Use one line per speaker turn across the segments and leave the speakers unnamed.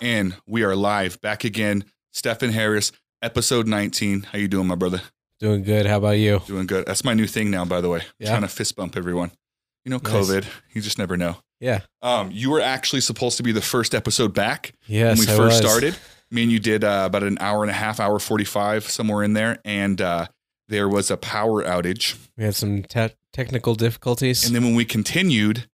and we are live back again. Stephen Harris, episode 19. How you doing, my brother?
Doing good. How about you?
Doing good. That's my new thing now, by the way.
Yeah.
Trying to fist bump everyone. You know,
Nice.
COVID. You just never know.
Yeah.
Um, you were actually supposed to be the first episode back
Yes.
when we
I
first
was.
started. Me and you did uh, about an hour and a half, hour forty-five, somewhere in there, and uh, there was a power outage.
We had some te- technical difficulties.
And then when we continued,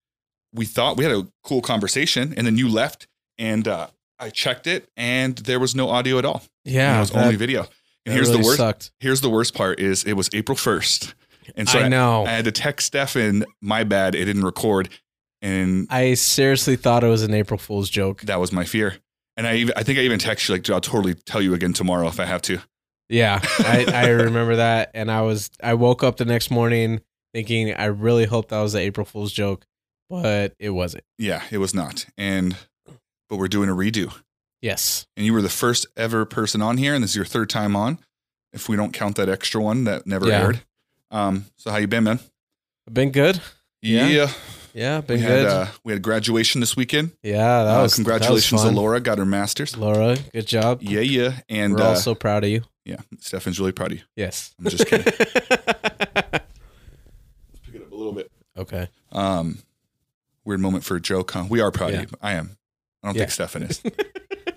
we thought we had a cool conversation, and then you left, and uh, I checked it, and there was no audio at all.
yeah.
it was
that-
only video.
that
And here's
really
the worst.
Sucked.
Here's the worst part is it was April first, and so
I
I,
know.
I
I,
had to text Stefan. My bad, it didn't record, and
seriously thought it was an April Fool's joke.
that was my fear. And I, even, I think I even texted you like, dude, I'll totally tell you again tomorrow if I have to.
Yeah. I, I remember that. And I was, I woke up the next morning thinking, I really hope that was an April Fool's joke, but it wasn't.
Yeah, it was not. And but we're doing a redo.
Yes.
And you were the first ever person on here, and this is your third time on. If we don't count that extra one that never
Yeah.
aired. Um, so how you been, man?
Been good. Yeah. Yeah.
We
Been
had
good.
uh, we had graduation this weekend.
yeah. That
Uh,
was,
congratulations
that was
to
fun.
Laura, got her master's.
Laura, good job.
Yeah, yeah. And
We're
uh,
all so proud of you.
yeah, Stefan's really proud of you.
Yes.
I'm just kidding. Pick it up a little bit.
okay.
Um, weird moment for a joke, huh? We are proud
Yeah.
of you. I am. I don't
Yeah.
think Stefan is.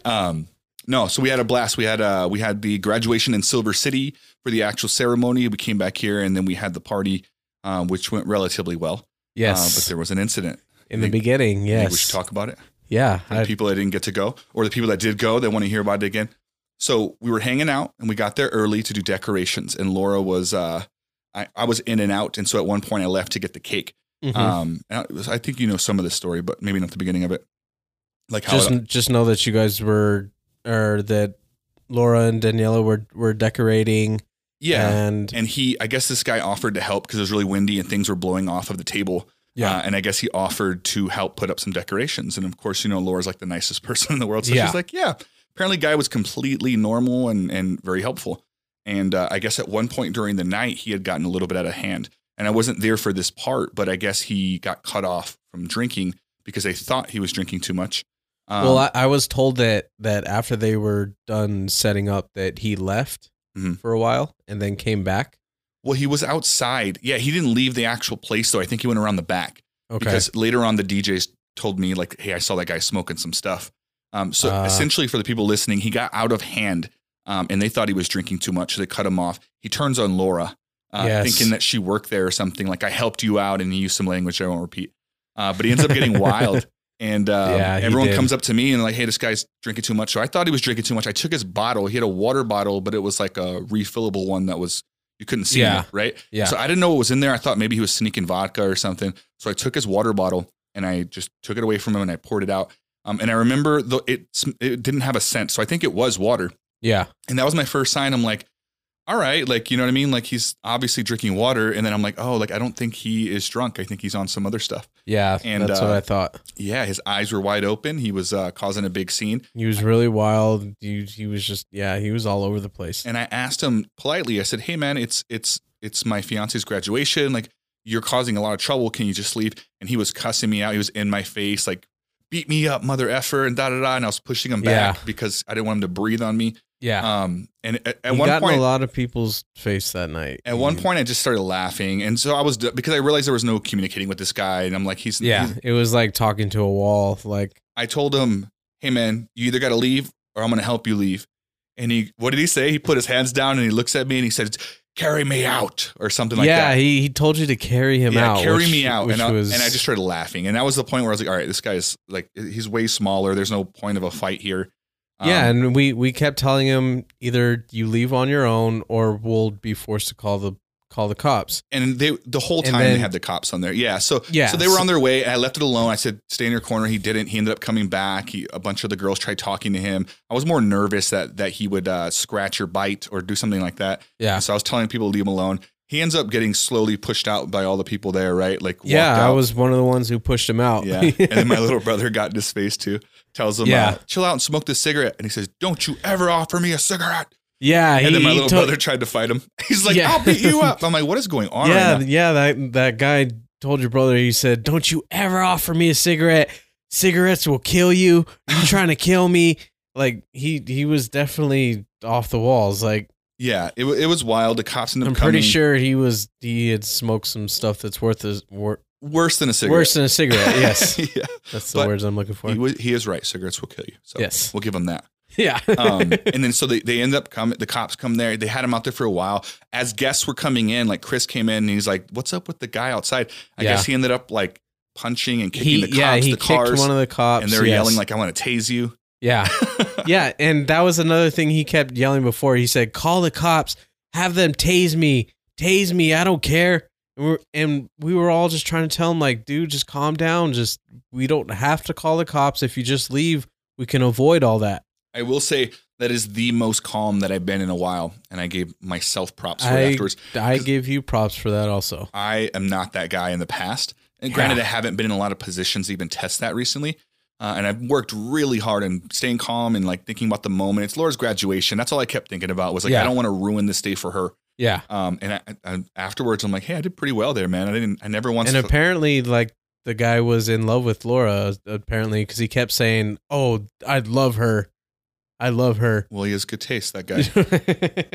um, no, so we had a blast. We had uh, we had the graduation in Silver City for the actual ceremony. We came back here, and then we had the party, uh, which went relatively well. Uh,
Yes.
but there was an incident.
In the
Think-
beginning,
Maybe
yes.
we should talk about it.
Yeah,
For the people that didn't get to go, or the people that did go that want to hear about it again. So we were hanging out, and we got there early to do decorations. And Laura was, uh, I, I was in and out, and so at one point I left to get the cake.
Mhm.
Um, and I, was- I think you know some of this story, but maybe not the beginning of it. Like how
just
it,
just know that you guys were, or that Laura and Daniela were were decorating.
yeah.
and
and he, I guess this guy offered to help because it was really windy and things were blowing off of the table.
yeah,
Uh, and I guess he offered to help put up some decorations. And of course, you know, Laura's like the nicest person in the world. So
Yeah.
she's like, yeah. Apparently, guy was completely normal and, and very helpful. And uh, I guess at one point during the night, he had gotten a little bit out of hand. And I wasn't there for this part, but I guess he got cut off from drinking because they thought he was drinking too much. Um,
well, I, I was told that that after they were done setting up, that he left
Mhm.
for a while and then came back.
Well, he was outside. Yeah, he didn't leave the actual place though. I think he went around the back
Okay,
because later on the DJs told me like, "Hey, I saw that guy smoking some stuff." Um, so
Ah.
essentially, for the people listening, he got out of hand, um, and they thought he was drinking too much, so they cut him off. He turns on Laura, uh,
Yes.
thinking that she worked there or something. Like, I helped you out, and he used some language I won't repeat. Uh, but he ends up getting wild, and uh,
Yeah, he
everyone
did.
comes up to me and like, "Hey, this guy's drinking too much." So I thought he was drinking too much. I took his bottle. He had a water bottle, but it was like a refillable one that was you couldn't see
Yeah.
it, right?
yeah,
So I didn't know what was in there. I thought maybe he was sneaking vodka or something. So I took his water bottle and I just took it away from him and I poured it out. Um, and I remember the, it sm- it didn't have a scent, so I think it was water.
yeah,
And that was my first sign. I'm like, all right, like you know what I mean? Like he's obviously drinking water. And then I'm like, oh, like I don't think he is drunk. I think he's on some other stuff.
yeah.
And,
that's
uh,
what I thought.
Yeah, his eyes were wide open. He was uh, causing a big scene.
He was really wild. He, he was just yeah. He was all over the place.
And I asked him politely. I said, "Hey, man, it's it's it's my fiance's graduation. Like, you're causing a lot of trouble. Can you just leave?" And he was cussing me out. He was in my face, like, "Beat me up, mother effer," and da da da. And I was pushing him back
Yeah.
because I didn't want him to breathe on me.
yeah,
Um, and at, at
he
one
got in
point,
a lot Mm-hmm. of people's face that night.
at one
He-
point, I just started laughing, and so I was because I realized there was no communicating with this guy, and I'm like, "He's
yeah,
he's-
it was like talking to a wall. Like
I told him, "Hey, man, you either got to leave or I'm going to help you leave." And he, what did he say? He put his hands down and he looks at me and he said, "Carry me out" or something like that.
yeah, he, he told you to carry him
yeah,
out.
carry
which-
me out.
Which
And I,
was,
and I just started laughing. And that was the point where I was like, all right, this guy is like, he's way smaller. There's no point of a fight here. Um,
yeah, and we we kept telling him either you leave on your own or we'll be forced to call the call the cops.
and they, the whole
And
time they
then-
had the cops on there. Yeah. So,
Yeah,
so they were
so-
on their way. and I left it alone. I said, stay in your corner. He didn't. He ended up coming back. He, a bunch of the girls tried talking to him. I was more nervous that, that he would uh, scratch or bite or do something like that.
Yeah,
So I was telling people to leave him alone. He ends up getting slowly pushed out by all the people there, right? Like, walked
yeah, I
out.
was one of the ones who pushed him out.
Yeah. and then my little brother got in his face too. Tells him,
Yeah.
uh, chill out and smoke this cigarette. And he says, don't you ever offer me a cigarette.
yeah,
And then my
he
little
to-
brother tried to fight him. He's like,
Yeah.
I'll beat you up. I'm like, what is going on?
Yeah,
Right now?
yeah, that that guy told your brother. He said, "Don't you ever offer me a cigarette. Cigarettes will kill you. You trying to kill me." like he he was definitely off the walls. Like
Yeah, it, wa- it was wild. The cops ended up
I'm pretty
coming
sure he was he had smoked some stuff that's worth his wor-
worse than a cigarette.
worse than a cigarette. Yes,
yeah,
that's the
But
words I'm looking for.
he, wa- he is right. Cigarettes will kill you. So
yes,
we'll give him that.
yeah.
Um, and then so they, they end up coming, the cops come there. They had him out there for a while. As guests were coming in, like Chris came in and he's like, What's up with the guy outside? I
Yeah.
guess he ended up like punching and kicking
he
the cops,
yeah he
the
kicked
cars.
one of the cops
and they're
yes.
yelling like, I want to tase you.
yeah yeah and that was another thing he kept yelling before he said call the cops have them tase me tase me i don't care and, we're, and we were all just trying to tell him like dude just calm down just we don't have to call the cops if you just leave we can avoid all that
I will say that is the most calm that I've been in a while. And I gave myself props for
I-
it afterwards.
i give you props for that also
I am not that guy in the past. And
Yeah.
granted, I haven't been in a lot of positions to even test that recently. Uh, and I've worked really hard and staying calm and like thinking about the moment. It's Laura's graduation. That's all I kept thinking about was like,
Yeah.
I don't want to ruin this day for her.
yeah
Um, and I, I, afterwards, I'm like, hey, I did pretty well there, man. I didn't, I never once.
and apparently like the guy was in love with laura apparently because he kept saying oh i love her i love her
well, he has good taste, that guy.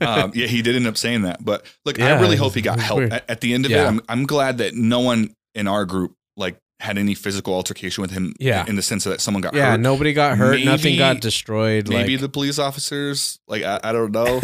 um, yeah, he did end up saying that. But look,
Yeah,
I really
it
hope
was-
he
it
got
was
help
weird.
at, at the end of it.
Yeah.
I'm, I'm glad that no one in our group like had any physical altercation with him.
Yeah.
in the sense that someone got
Yeah,
hurt.
nobody got hurt. nothing
Maybe-
got destroyed.
Maybe
like,
the police officers, like I, I don't know.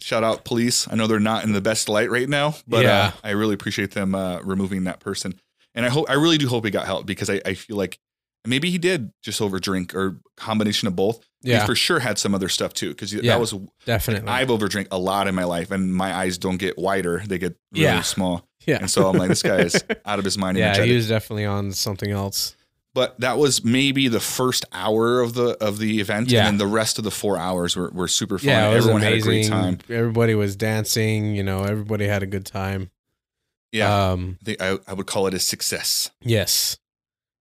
Shout out police. I know they're not in the best light right now, but
Yeah.
uh, I really appreciate them uh, removing that person. And I hope I really do hope he got help because I, I feel like maybe he did just over drink or combination of both. He
yeah,
for sure had some other stuff too because
Yeah.
that was
definitely.
I've overdrank a lot in my life, and my eyes don't get wider; they get really
Yeah.
small.
yeah,
And so I'm like, this guy is out of his mind.
yeah,
energetic.
he was definitely on something else.
but that was maybe the first hour of the of the event,
Yeah.
and then the rest of the four hours were, were super fun.
Yeah, it was
Everyone had a
amazing.
great time.
Everybody was dancing. You know, everybody had a good time.
Yeah,
Um.
I, think I, I would call it a success.
Yes.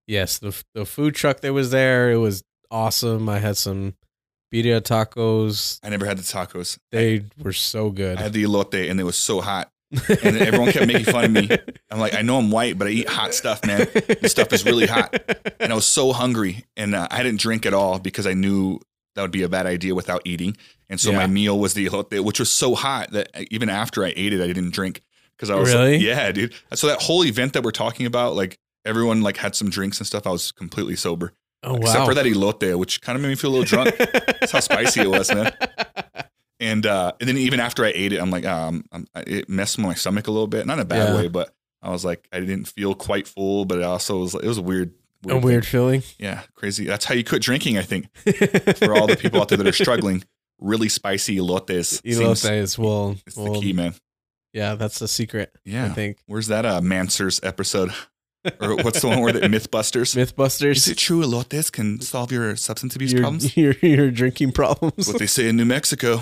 Yes. The the food truck that was there, it was awesome. I had some birria tacos.
I never had the tacos.
They were so
I
good.
had the elote, and it was so hot. and everyone kept making fun of me. I'm like, I know I'm white, but I eat hot stuff, man. This stuff is really hot. And I was so hungry, and uh, I didn't drink at all because I knew that would be a bad idea without eating. And so
Yeah.
my meal was the elote, which was so hot that uh, even after I ate it, I didn't drink because I was like-
Really?
yeah, dude. So that whole event that we're talking about, like everyone like had some drinks and stuff. I was completely sober
Oh wow.
except for that elote, which kind of made me feel a little drunk.
That's
how spicy it was, man. and uh, and then even after I ate it, I'm like, um, I'm, it messed with my stomach a little bit, not in a bad
Yeah.
way, but I was like, I didn't feel quite full, but it also was, it was a weird,
A
thing.
weird feeling
yeah, crazy. That's how you quit drinking, I think,
for
for all the people out there that are struggling. Really spicy elotes. seems-
Elotes will.
it's
will
the key, man.
Yeah, that's the secret. I
Yeah.
think.
Where's that uh, Mansers episode? Or what's the one where the MythBusters? Is
MythBusters?
it true elotes can solve your substance abuse
your,
problems?
Your, your drinking problems,
That's what they say in New Mexico.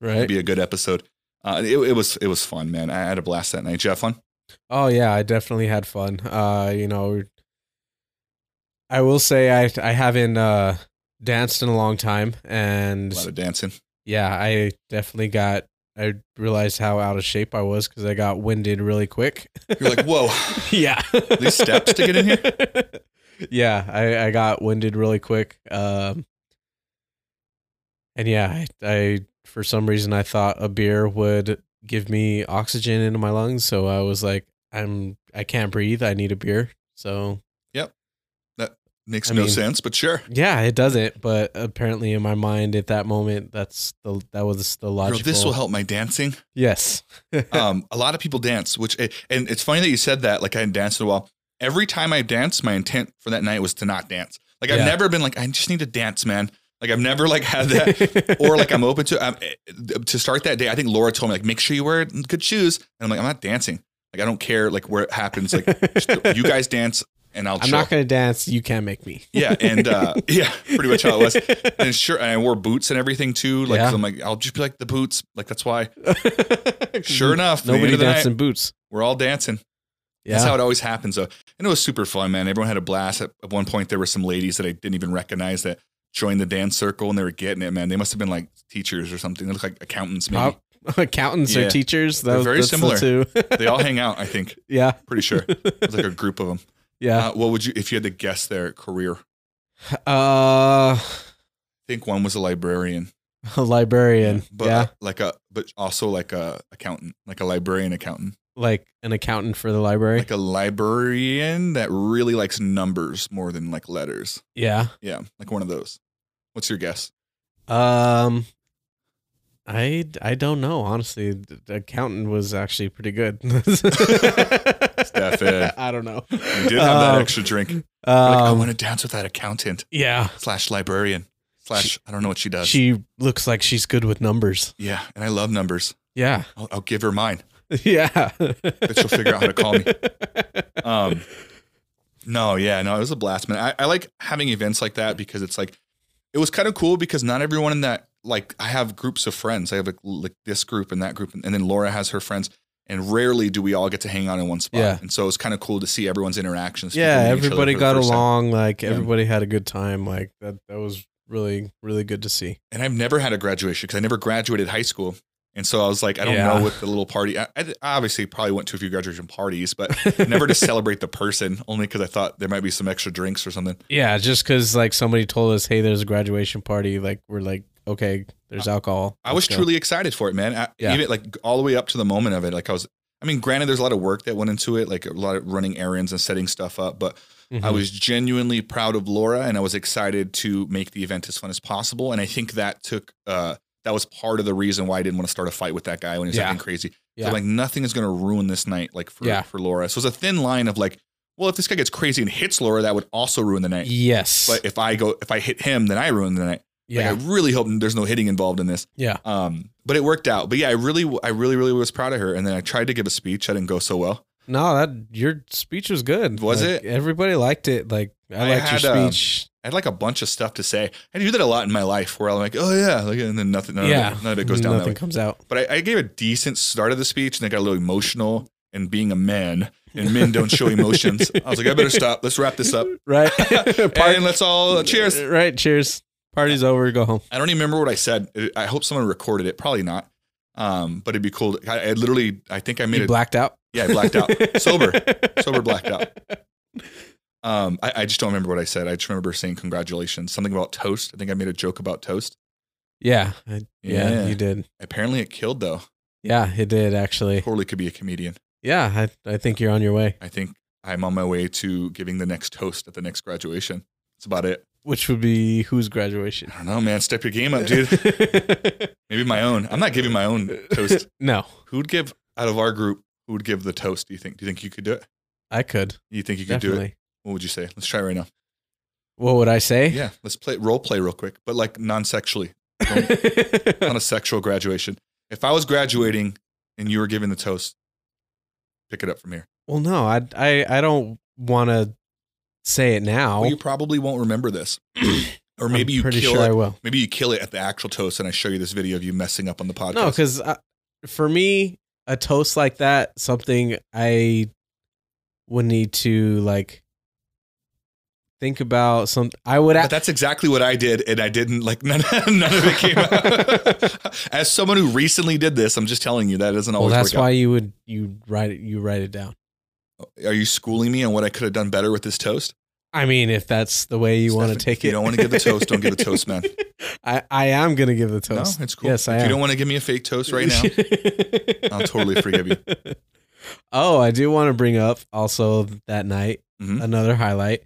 right?
It'd be a good episode. Uh, it, it was it was fun, man. I had a blast that night. Jeff, fun?
Oh yeah, I definitely had fun. Uh, you know, I will say I I haven't uh danced in a long time,
A
and
lot of dancing.
yeah, I definitely got. I realized how out of shape I was because I got winded really quick.
You're like, whoa.
yeah
These steps to get in
here yeah i i got winded really quick um and yeah I, I for some reason i thought a beer would give me oxygen into my lungs so i was like i'm i can't breathe i need a beer so
Makes
I
no
mean-
sense, but sure.
yeah it doesn't but apparently in my mind at that moment that's the that was the
Girl,
logical
this will help my dancing.
yes
Um, a lot of people dance, which eh, and it's funny that you said that. Like I hadn't danced in a while. Every time I danced, my intent for that night was to not dance. Like I've
Yeah.
never been like I just need to dance, man. Like I've never like had that or like I'm open to um, eh, to start that day. I think Laura told me like make sure you wear good shoes, and I'm like I'm not dancing. Like I don't care like where it happens. Like you guys dance, and I'll.
i'm
chill.
not gonna dance you can't make me
yeah, and uh, yeah, pretty much how it was. And sure, and I wore boots and everything too. Like
Yeah.
I'm like I'll just be like the boots. Like that's why.
'Cause
Sure enough, at the end
Nobody
of the
danced
night,
in boots.
we're all dancing. That's how it always happens. Though. And it was super fun, man. Everyone had a blast. At, at one point, there were some ladies that I didn't even recognize that joined the dance circle, and they were getting it, man. They must have been like teachers or something. They look like accountants, maybe.
Prob- accountants
Yeah.
or teachers.
They're
Those,
very
very similar.
similar.
two.
They all hang out, I think.
yeah.
Pretty sure. It's like a group of them.
Yeah.
Uh, what would you, if you had to guess their career?
Uh,
think one was a librarian,
a librarian.
but uh,
yeah,
like a but also like a accountant, like a librarian accountant,
like an accountant for the library.
like a librarian that really likes numbers more than like letters.
yeah.
Yeah, like one of those. What's your guess?
Um, I I don't know honestly. The accountant was actually pretty good.
in.
I don't know.
You did have that
Um,
extra drink. Like, I
um,
want to dance with that accountant
yeah,
slash librarian slash I don't know what she does.
she looks like she's good with numbers.
yeah, and I love numbers.
Yeah,
I'll, I'll give her mine.
yeah. But
she'll figure out how to call me.
me.
Um, no, yeah, no, it was a blast, man. I, I like having events like that because it's like it was kind of cool because not everyone in that like I have groups of friends. I have like, like this group and that group, and, then Laura has her friends. And rarely do we all get to hang out in one spot.
Yeah.
And so it's kind of cool to see everyone's interactions. people
Yeah,
meet each other
everybody
for the
got
first time.
along. Like
Yeah.
everybody had a good time. Like that. That was really really good to see.
and I've never had a graduation because I never graduated high school. And so I was like, I don't
Yeah.
know what the little party. I, I obviously probably went to a few graduation parties, but never to celebrate the person, only because I thought there might be some extra drinks or something.
Yeah, just because like somebody told us, hey, there's a graduation party. Like we're like, okay, there's alcohol.
I was
Let's go.
truly excited for it, man. I,
Yeah.
Even like all the way up to the moment of it, like I was. I mean, granted, there's a lot of work that went into it, like a lot of running errands and setting stuff up, but I
Mhm.
was genuinely proud of Laura and I was excited to make the event as fun as possible. And I think that took, uh, that was part of the reason why I didn't want to start a fight with that guy when he was
Yeah.
acting crazy.
Yeah.
So like nothing is going to ruin this night, like for,
Yeah.
for Laura. So it's a thin line of like, well, if this guy gets crazy and hits Laura, that would also ruin the night.
Yes.
But if I go, if I hit him, then I ruin the night.
yeah.
Like I really hope there's no hitting involved in this.
yeah.
Um, but it worked out. But yeah, I really, I really, really was proud of her. And then I tried to give a speech. That didn't go so well.
No, that your speech was good.
Was
Like,
it?
Everybody liked it. Like I
I
liked
had,
your
um,
speech.
I had like a bunch of stuff to say. I do that a lot in my life where I'm like, oh yeah, like, and then nothing, none,
yeah.
of, it, none of it goes down
Nothing
that way.
comes out.
But I, I gave a decent start of the speech and I got a little emotional. And being a man, and men don't show emotions, I was like, I better stop. Let's wrap this up.
Right.
and let's all Oh, uh, cheers.
Right. Cheers. Party's over. Go home.
I don't even remember what I said. It- I hope someone recorded it. Probably not. Um, but it'd be cool. To, I, I literally, I think I made
You
it.
blacked out.
yeah, I blacked out. Sober. Sober blacked out. Um, I, I just don't remember what I said. I just remember saying congratulations, something about toast. I think I made a joke about toast.
Yeah. I- yeah.
Yeah.
You did.
Apparently, it killed though.
Yeah. It did actually.
Totally could be a comedian.
Yeah. I, I think you're on your way,
I think I'm on my way to giving the next toast at the next graduation. That's about it.
which would be whose graduation?
I don't know, man. Step your game up, dude. Maybe my own. I'm not giving my own toast.
no,
Who'd give out of our group? Who would give the toast? Do you think? Do you think you could do it?
I could.
You think you could
Definitely.
do it? What would you say? Let's try right now.
What would I say?
Yeah, let's play role play real quick, but like non-sexually, on a sexual graduation. If I was graduating and you were giving the toast, pick it up from here.
well, no, I I, I don't want to say it now.
Well, you probably won't remember this, or maybe
I'm
you
pretty
kill
sure I
it.
will.
Maybe you kill it at the actual toast, and I show you this video of you messing up on the podcast.
No, because for me, a toast like that, something I would need to like think about. Some I would.
but
act
that's exactly what I did, and I didn't like none, none of it came out. As someone who recently did this, I'm just telling you that doesn't
well,
always
that's
work
why you would you write it. You write it down.
out. Are you schooling me on what I could have done better with this toast?
I mean, if that's the way you want to
Stefan,
take
you
it,
don't wanna give the toast, don't give the toast, man.
I, I am gonna give the toast.
No, it's cool.
Yes, I
if
am.
you don't want to give me a fake toast right now,
now.
I'll totally forgive you.
Oh, I do want to bring up also that night
Mhm.
another highlight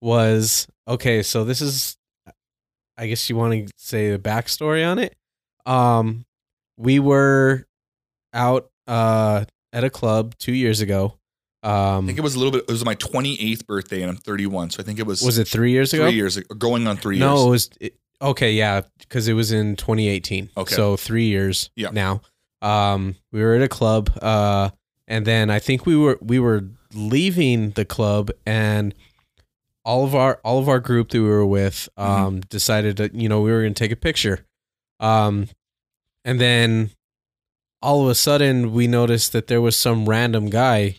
was okay. So this is, I guess you want to say the backstory on it. Um, we were out uh at a club two years ago.
I
Um,
think it was a little bit. It was my 28th birthday, and I'm 31, so I think it was,
was it three years
three
ago?
years ago, going on three
No,
years.
it was it, okay. Yeah, because it was in 2018.
Okay.
so three years.
Yeah.
Now, um, we were at a club, uh, and then I think we were we were leaving the club, and all of our all of our group that we were with, um, decided that you know we were going to take a picture, um, and then all of a sudden we noticed that there was some random guy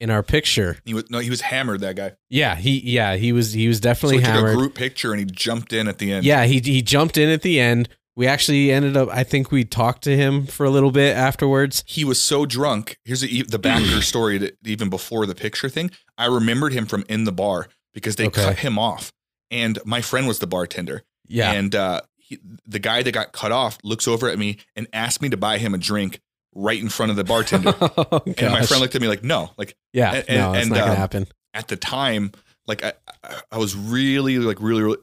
in our picture.
He was no, he was hammered. That guy.
Yeah, he yeah he was he was
So
definitely
he took
hammered.
a group picture and he jumped in at the end.
Yeah, he he jumped in at the end. We actually ended up. I think we talked to him for a little bit afterwards.
he was so drunk. Here's the, the backer story to, even before the picture thing. I remembered him from in the bar because they
Okay.
cut him off and my friend was the bartender.
Yeah.
And uh, he, the guy that got cut off looks over at me and asked me to buy him a drink right in front of the bartender.
Oh,
and my
gosh.
friend looked at me like, no, like
yeah,
and-
no,
and-
it's not gonna
um,
happen.
at the time, like I, I, I was really, like really, really,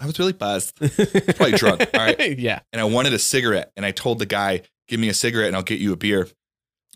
I was really buzzed.
Probably
drunk, all right?
yeah.
and I wanted a cigarette. And I told the guy, "Give me a cigarette, and I'll get you a beer."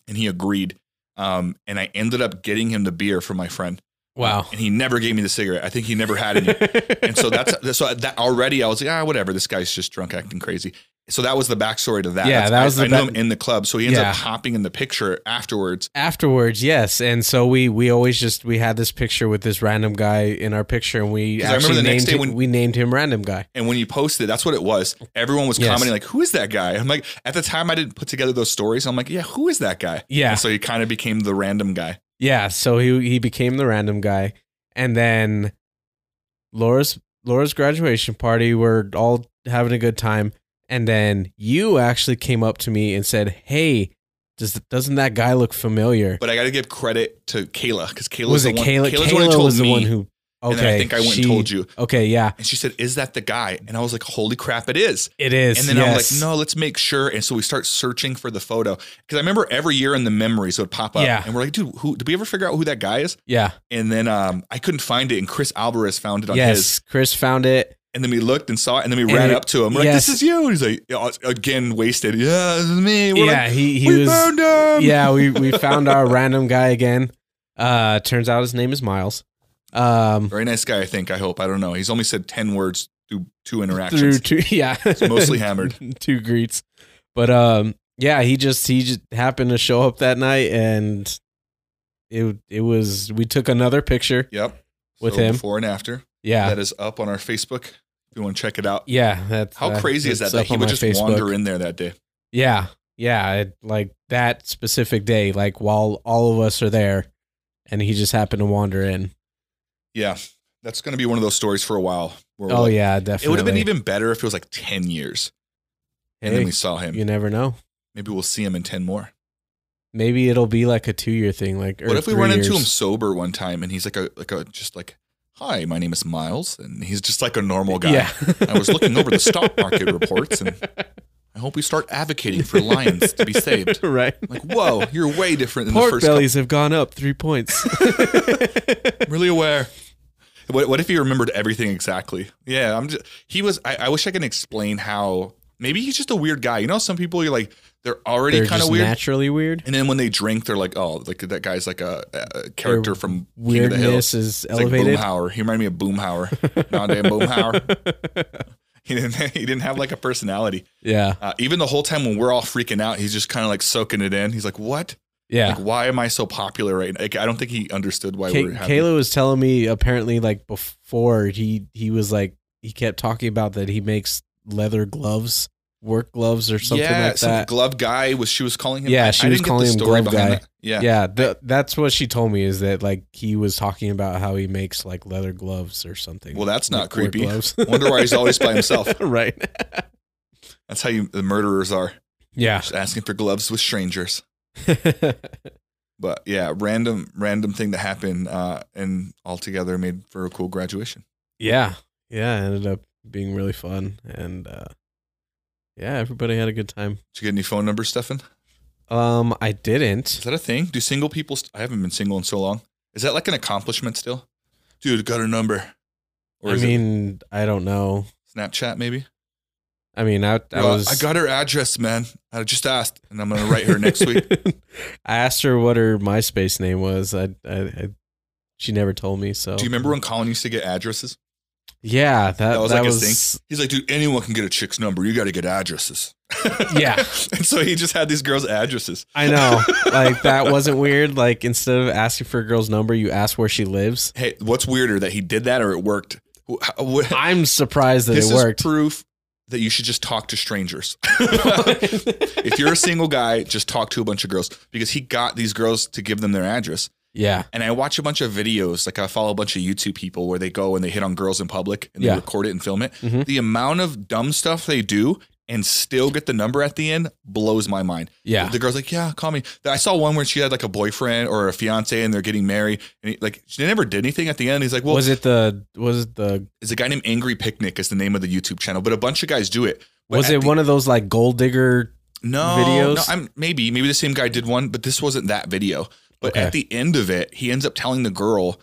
And he agreed. Um, and I ended up getting him the beer for my friend.
Wow.
And he never gave me the cigarette. I think he never had any. and so that's so that already I was like, ah, whatever. This guy's just drunk, acting crazy. So that was the backstory to that.
Yeah,
That's-
that
I-
was
I,
the
know him
back-
in the club. So he ends
Yeah.
up popping in the picture afterwards.
afterwards, yes. And so we we always just we had this picture with this random guy in our picture, and we
'Cause I remember
actually
the
named
next day
him,
when-
we named him Random Guy.
And when you posted, that's what it was. Everyone was
Yes.
commenting like, "Who is that guy?" I'm like, at the time I didn't put together those stories. I'm like, yeah, who is that guy?
Yeah,
And so he kind of became the random guy.
yeah. So he he became the Random Guy, and then Laura's Laura's graduation party. We're all having a good time, and then you actually came up to me and said, "Hey, does doesn't that guy look familiar?"
But I got to give credit to Kayla because Kayla
was
the
it
one,
Kayla?
Kayla's the one who
Kayla
told
was the
me,
one who. Okay,
and then I think I went
she-
and told you,
Okay, yeah,
and she said, "Is that the guy?" And I was like, "Holy crap, it is!"
it is.
And then
yes.
I'm like, "No, let's make sure." And so we start searching for the photo because I remember every year in the memories it would pop up,
Yeah.
and we're like, "Dude, who did we ever figure out who that guy is?"
yeah,
And then um, I couldn't find it, and Chris Alvarez found it on
yes.
his.
Chris found it.
And then we looked and saw it, and then we
And
ran
it-
up to him. We're like,
yes.
"This is you!" And he's like, "Yeah," "Again, wasted." Yeah, this is me. We're
yeah,
like,
he he
we
was.
found him.
yeah, we we found our random guy again. Uh, turns out his name is Miles. Um,
Very nice guy, I think. I hope. I don't know. He's only said 10 words through two
through
interactions.
two, yeah,
mostly hammered.
two greets, but um, yeah, he just he just happened to show up that night, and it it was we took another picture.
Yep.
With him.
Before and after.
Yeah,
That is up on our Facebook. If you want to check it out.
yeah. That's
How
uh,
crazy is that?
that's
That
up
he
on
would
my
just
Facebook.
wander in there that day.
Yeah, yeah. It, like that specific day, like while all of us are there, and he just happened to wander in.
Yeah. That's going to be one of those stories for a while. Where we're
Oh
like,
yeah, definitely.
It would have been even better if it was like 10 years and then we saw him.
you never know.
Maybe we'll see him in 10 more.
Maybe it'll be like a two year thing. Like, or
What if we
three
run into
years.
him sober one time and he's like a, like a, just like, hi, my name is Miles. And he's just like a normal guy.
Yeah,
I was looking over the stock market reports and- I hope we start advocating for lions to be saved.
right?
Like, whoa, you're way different than the
Pork
first couple-
bellies have gone up three points.
I'm really aware. What, what if he remembered everything exactly? Yeah, I'm just, he was, I, I wish I can explain how, maybe he's just a weird guy. You know, some people you're like, they're already
They're
kind
just
of weird.
naturally weird.
and then when they drink, they're like, oh, like that guy's like a, a character
Their
from King of the Hill.
Weirdness is
It's like
elevated.
Boomhauer. He reminded me of Boomhauer. Not damn Boomhauer. He didn't, he didn't have like a personality.
yeah,
Uh, even the whole time when we're all freaking out, he's just kind of like soaking it in. He's like, what?
yeah.
Like, why am I so popular right now? Like, I don't think he understood why
Kay-
we're having.
Kayla was telling me apparently like before he he was like he kept talking about that he makes leather gloves, work gloves or something
yeah,
like
some
that.
glove guy was she was calling him.
Yeah,
I-
she
I didn't
was
get the
calling him
story
glove
behind
guy.
that. Yeah,
yeah, th- that's what she told me is that like he was talking about how he makes like leather gloves or something.
Well, that's not
Like, work
creepy.
gloves.
Wonder why he's always by himself.
right.
That's how you the murderers are
Yeah.
just asking for gloves with strangers. But yeah, random random thing that happened, uh, and altogether made for a cool graduation.
yeah. Yeah. It ended up being really fun. And uh, yeah, everybody had a good time.
Did you get any phone numbers, Stefan?
Um, I
Is
didn't.
that a thing? Do single people? St- I haven't been single in so long. Is that like an accomplishment still? Dude, got her number. Or
I
is
mean, I don't know.
it Snapchat maybe?
I mean, I, I
Yo,
was.
I got her address, man. I just asked, and I'm gonna write her next week.
I asked her what her MySpace name was. I, I, I she never told me. So
Do you remember when Colin used to get addresses?
Yeah, that, that was like
a He's like, dude, anyone can get a chick's number. You got to get addresses.
Yeah.
and so he just had these girls' addresses.
I know. Like that wasn't weird. Like instead of asking for a girl's number, you ask where she lives.
Hey, what's weirder that he did that or it worked? Wh- how- wh-
I'm surprised that
this
it
is
worked.
proof that you should just talk to strangers. if you're a single guy, just talk to a bunch of girls because he got these girls to give them their address.
yeah.
And I watch a bunch of videos, like I follow a bunch of YouTube people where they go and they hit on girls in public and they
Yeah.
Mm-hmm.
record it and film it.
Mhm.
The amount of dumb stuff they do and still get the number at the end blows my mind.
Yeah.
The girl's like, yeah, call me. I saw one where she had like a boyfriend or a fiance and they're getting married. And he, like, she never did anything at the end. He's like, well,
was it the was it the
it's a guy named Angry Picnic is the name of the YouTube channel, but a bunch of guys do it. But
was
at
it
the-
one of those like gold digger?
no,
videos?
No, I'm maybe maybe the same guy did one, but this wasn't that video. But
Okay.
at the end of it, he ends up telling the girl,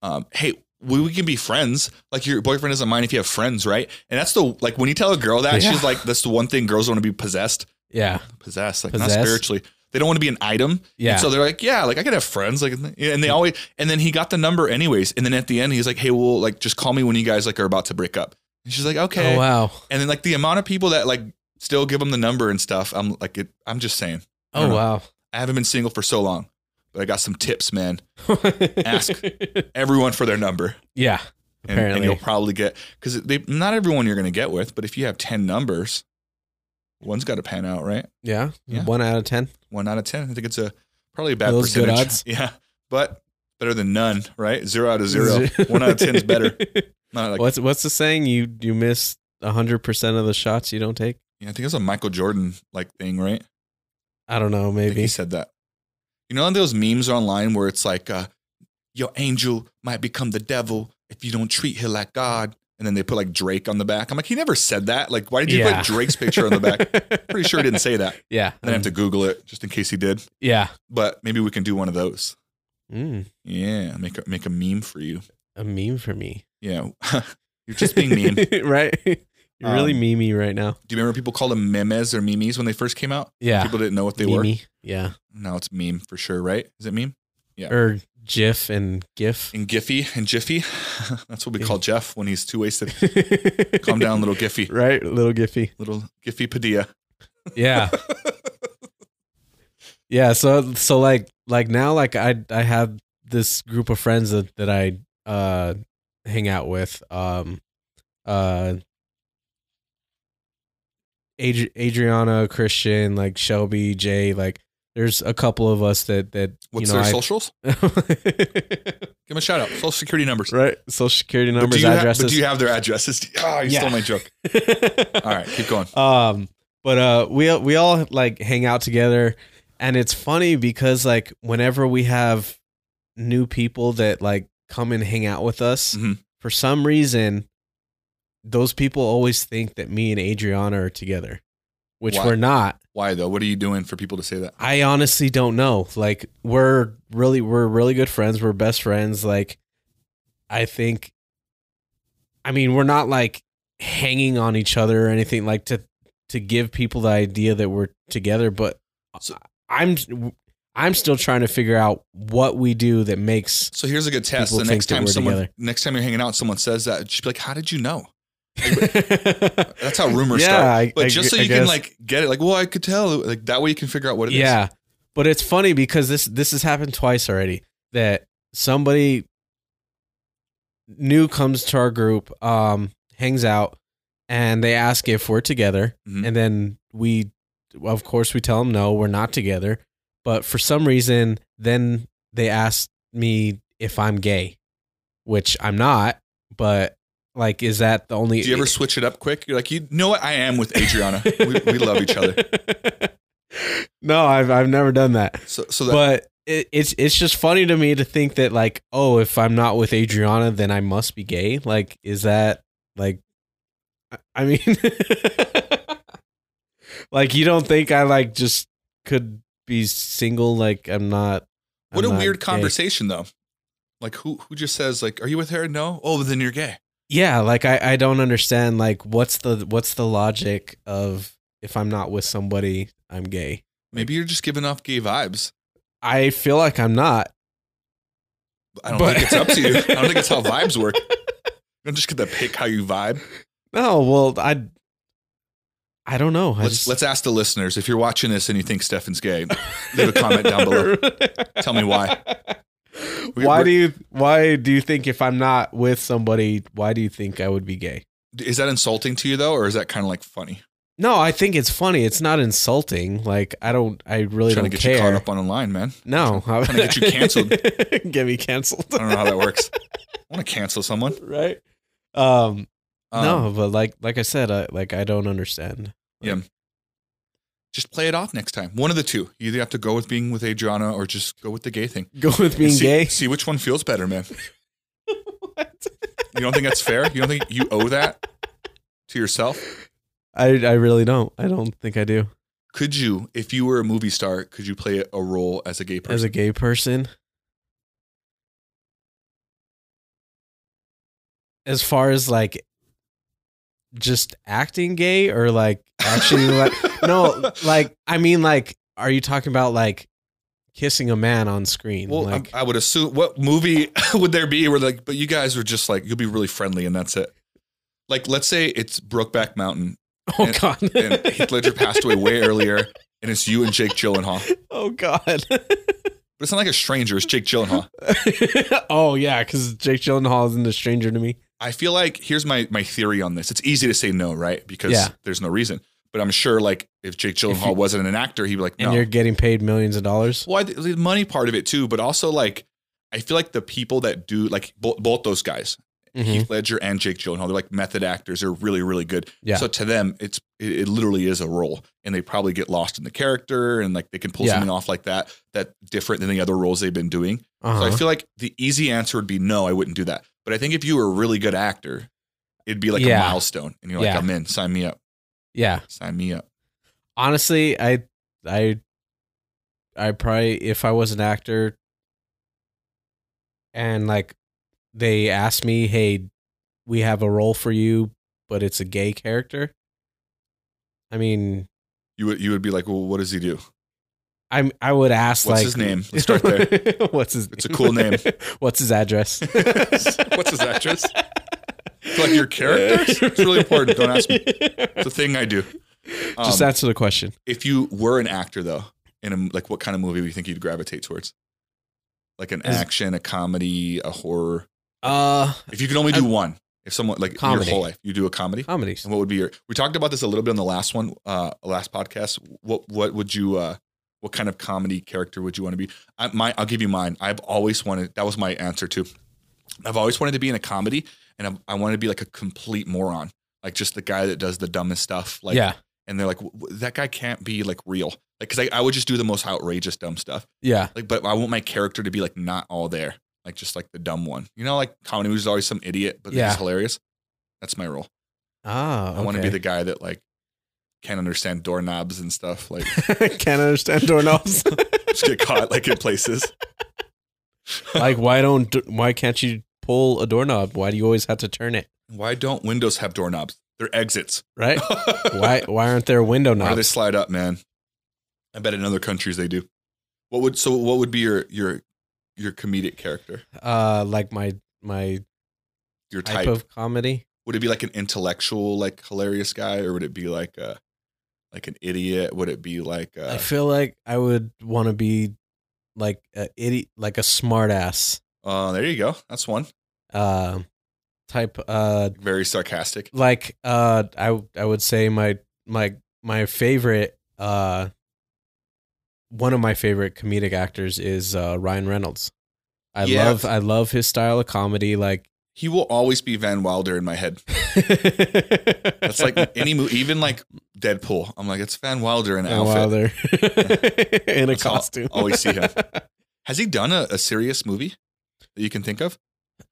um, "Hey, we, we can be friends. Like your boyfriend doesn't mind if you have friends, right?" And that's the like when you tell a girl that
Yeah.
she's like, "That's the one thing girls want to be possessed,
Yeah.
possessed, like not
Possessed?
spiritually. They don't want to be an item."
Yeah. Oh,
And so they're like, "Yeah, like I could have friends." Like, and they always and then he got the number anyways. And then at the end, he's like, "Hey, well, like just call me when you guys like are about to break up." And she's like, "Okay."
Oh wow.
And then like the amount of people that like still give him the number and stuff. I'm like, it, I'm just saying. I
Oh
don't know.
wow.
I haven't been single for so long, but I got some tips, man. Ask. Everyone for their number,
Yeah.
and, and
Apparently.
you'll probably get because they not everyone you're going to get with, but if you have ten numbers, one's got to pan out, right?
Yeah.
Yeah.
One out of ten.
One out of ten. I think it's a probably a bad
Those good
percentage.
odds.
Yeah, but better than none, right? Zero out of zero. One out of ten is better. Not like
what's what's the saying? You you miss hundred percent of the shots you don't take.
yeah, I think it's a Michael Jordan like thing, right?
I don't know.
I think he
Maybe
said that. You know those memes online where it's like, uh, your angel might become the devil if you don't treat her like God. And then they put like Drake on the back. I'm like, he never said that. Like, why did you
Yeah.
put Drake's picture on the back? Pretty sure he didn't say that.
Yeah.
Then I have to Google it just in case he did.
yeah.
But maybe we can do one of those.
Mm,
Yeah, make a, make a meme for you.
a meme for me.
Yeah, you're just being mean. Do
right? You're really
Um,
memey right now.
you remember people called them memes or memes when they first came out?
Yeah.
People didn't know what they were.
Memey. Yeah.
Now it's meme for sure, right? Is it meme?
Or GIF and GIF.
And Giffy and Jiffy. That's what we call Jeff when he's too wasted. Calm
Calm
down, little Giffy.
Right, little Giphy.
Little Giffy Padilla.
Yeah.
Yeah. So so like like now like I I have this group of friends that that I uh hang out with. Um, uh, Adri- Adriana, Christian, like Shelby, Jay, like. There's a couple of us that that
What's
you know
their
I-
socials? Give them a shout out. Social security numbers.
right social security
But do,
numbers
you have,
addresses
but do you have their addresses? Oh, you
Yeah.
stole my joke. All right, keep going.
Um, but uh, we we all like hang out together, and it's funny because like whenever we have new people that like come and hang out with us,
Mhm.
for some reason, those people always think that me and Adriana are together, which
Why?
we're not.
Why though? What are you doing for people to say that?
I honestly don't know. Like we're really we're really good friends. We're best friends. Like I think I mean, we're not like hanging on each other or anything like to to give people the idea that we're together, but
So-
I'm I'm still trying to figure out what we do that makes
So here's a good test.
People
the
think
next
that
time
we're
someone,
together.
next time you're hanging out, someone says that, just be like, "How did you know?"
That's
That's how rumors
yeah,
start.
I-
But
I
just so
gu- I
you can
guess.
like get it, like, "Well, I could tell." Like that way, you can figure out what it is.
yeah. But it's funny because this this has happened twice already that somebody new comes to our group, um, hangs out, and they ask if we're together,
Mhm.
and then we, of course, we tell them no, we're not together. But for some reason, then they ask me if I'm gay, which I'm not. But like, is that the only?
Do you ever switch it up quick? You're like, "You know what? I am with Adriana. we, we love each other."
No, I've I've never done that
So, so that
but it, it's it's just funny to me to think that like oh if I'm not with Adriana then I must be gay like is that like I- I mean like you don't think I like just could be single like I'm not I'm
what a
not
weird
gay.
conversation though. Like who who just says like, "Are you with her?" No. Oh, then you're gay.
yeah like I I don't understand like what's the what's the logic of if I'm not with somebody I'm gay
Maybe you're just giving off gay vibes.
I feel like I'm not
I don't
But-
think it's up to you. I don't think it's how vibes work. You don't just get to pick how you vibe.
No, well, I I don't know. I
Let's
just,
let's ask the listeners if you're watching this and you think Stefan's gay, leave a comment down below. Tell me why. We-
why
we're-
do you why do you think if I'm not with somebody, why do you think I would be gay?
Is that insulting to you though, or is that kind of like funny?
No, I think it's funny. It's not insulting. Like I don't I really
trying
don't
to get
care.
you caught up on a line, man.
no, trying
to get you canceled.
get me canceled,
I don't know how that works. I want to cancel someone.
right? Um,
Um,
no, but like like I said, I, like I don't understand.
Yeah. Just play it off next time. One of the two. You either have to go with being with Adriana or just go with the gay thing.
Go with being
see,
gay.
See which one feels better, man. You don't think that's fair? You don't think you owe that to yourself?
I I really don't. I don't think I do.
Could you, if you were a movie star, could you play a role as a gay person?
As a gay person, as far as like just acting gay or like actually like no like I mean like are you talking about like kissing a man on screen
well, I-
like
I, would assume what movie would there be where like, but you guys were just like, you'll be really friendly and that's it. Like, let's say it's Brokeback Mountain
oh god
and Heath Ledger passed away way earlier, and it's you and Jake Gyllenhaal. But
oh god
it's not like a stranger; it's Jake Gyllenhaal.
oh yeah because Jake Gyllenhaal is in The Stranger to Me
I feel like here's my my theory on this. It's easy to say no, right? Because
Yeah.
there's no reason. But I'm sure, like, if Jake Gyllenhaal
you-
wasn't an actor, he'd be like,
and
no.
you're getting paid millions of dollars
Well, I, the money part of it too, but also like, I feel like the people that do like bo- both those guys,
Mhm.
Heath Ledger and Jake Gyllenhaal, they're like method actors. They're really really good.
Yeah.
So to them, it's it, it literally is a role, and they probably get lost in the character, and like they can pull
Yeah.
something off like that that different than the other roles they've been doing.
uh-huh.
So I feel like the easy answer would be no, I wouldn't do that. But I think if you were a really good actor, it'd be like
Yeah.
a milestone, and you're like,
Yeah.
I'm in. Sign me up.
yeah
Sign me up.
honestly i i i probably if i was an actor and like they asked me hey we have a role for you but it's a gay character i mean
You would you would be like, well, what does he do?
i'm i would ask
What's
like
his name? Let's start there.
what's his
It's a cool name.
what's his address
What's his address? like your characters? It's really important. Don't ask me. It's a thing I do. Um,
just answer the question
if you were an actor though, in a, like what kind of movie do you think you'd gravitate towards? Like an
As-
action, a comedy, a horror.
uh
If you could only do one, if someone like
Comedy.
your whole life, you do a comedy.
comedies
And what would be your? We talked about this a little bit on the last one, uh, last podcast. What what would you? Uh, what kind of comedy character would you want to be? I, my, I'll give you mine. I've always wanted. That was my answer too. I've always wanted to be in a comedy, and I've, I wanted to be like a complete moron, like just the guy that does the dumbest stuff. Like,
yeah
and they're like, "W- w- that guy can't be like real, like because I, I would just do the most outrageous dumb stuff.
yeah
Like, but I want my character to be like not all there, like just like the dumb one. You know, like comedy movies is always some idiot, but
Yeah.
it's hilarious. That's my role.
ah
I want to be
okay.
the guy that like can't understand doorknobs and stuff. Like
Can't understand doorknobs.
just get caught like in places.
like why don't why can't you pull a doorknob? Why do you always have to turn it?
Why don't windows have doorknobs? They're exits.
Right?
Why?
why why aren't there window
Why do they
knobs?
slide up, man? I bet in other countries they do. What would so what would be your your your comedic character?
Uh like my my
Your
type
type?
of comedy.
would it be like an intellectual, like hilarious guy, or would it be like a like an idiot? Would it be like
I
a,
feel like I would want to be like a idiot like a smart ass
uh, there you go. That's one.
uh type uh
Very sarcastic.
like uh I I would say my my my favorite uh one of my favorite comedic actors is uh Ryan Reynolds. I
Yeah.
love I love his style of comedy like
He will always be Van Wilder in my head.
That's
That's like any movie, even like Deadpool. I'm like, it's Van Wilder in an outfit.
in a
That's all-
costume.
always see him. Has he done a, a serious movie that you can think of?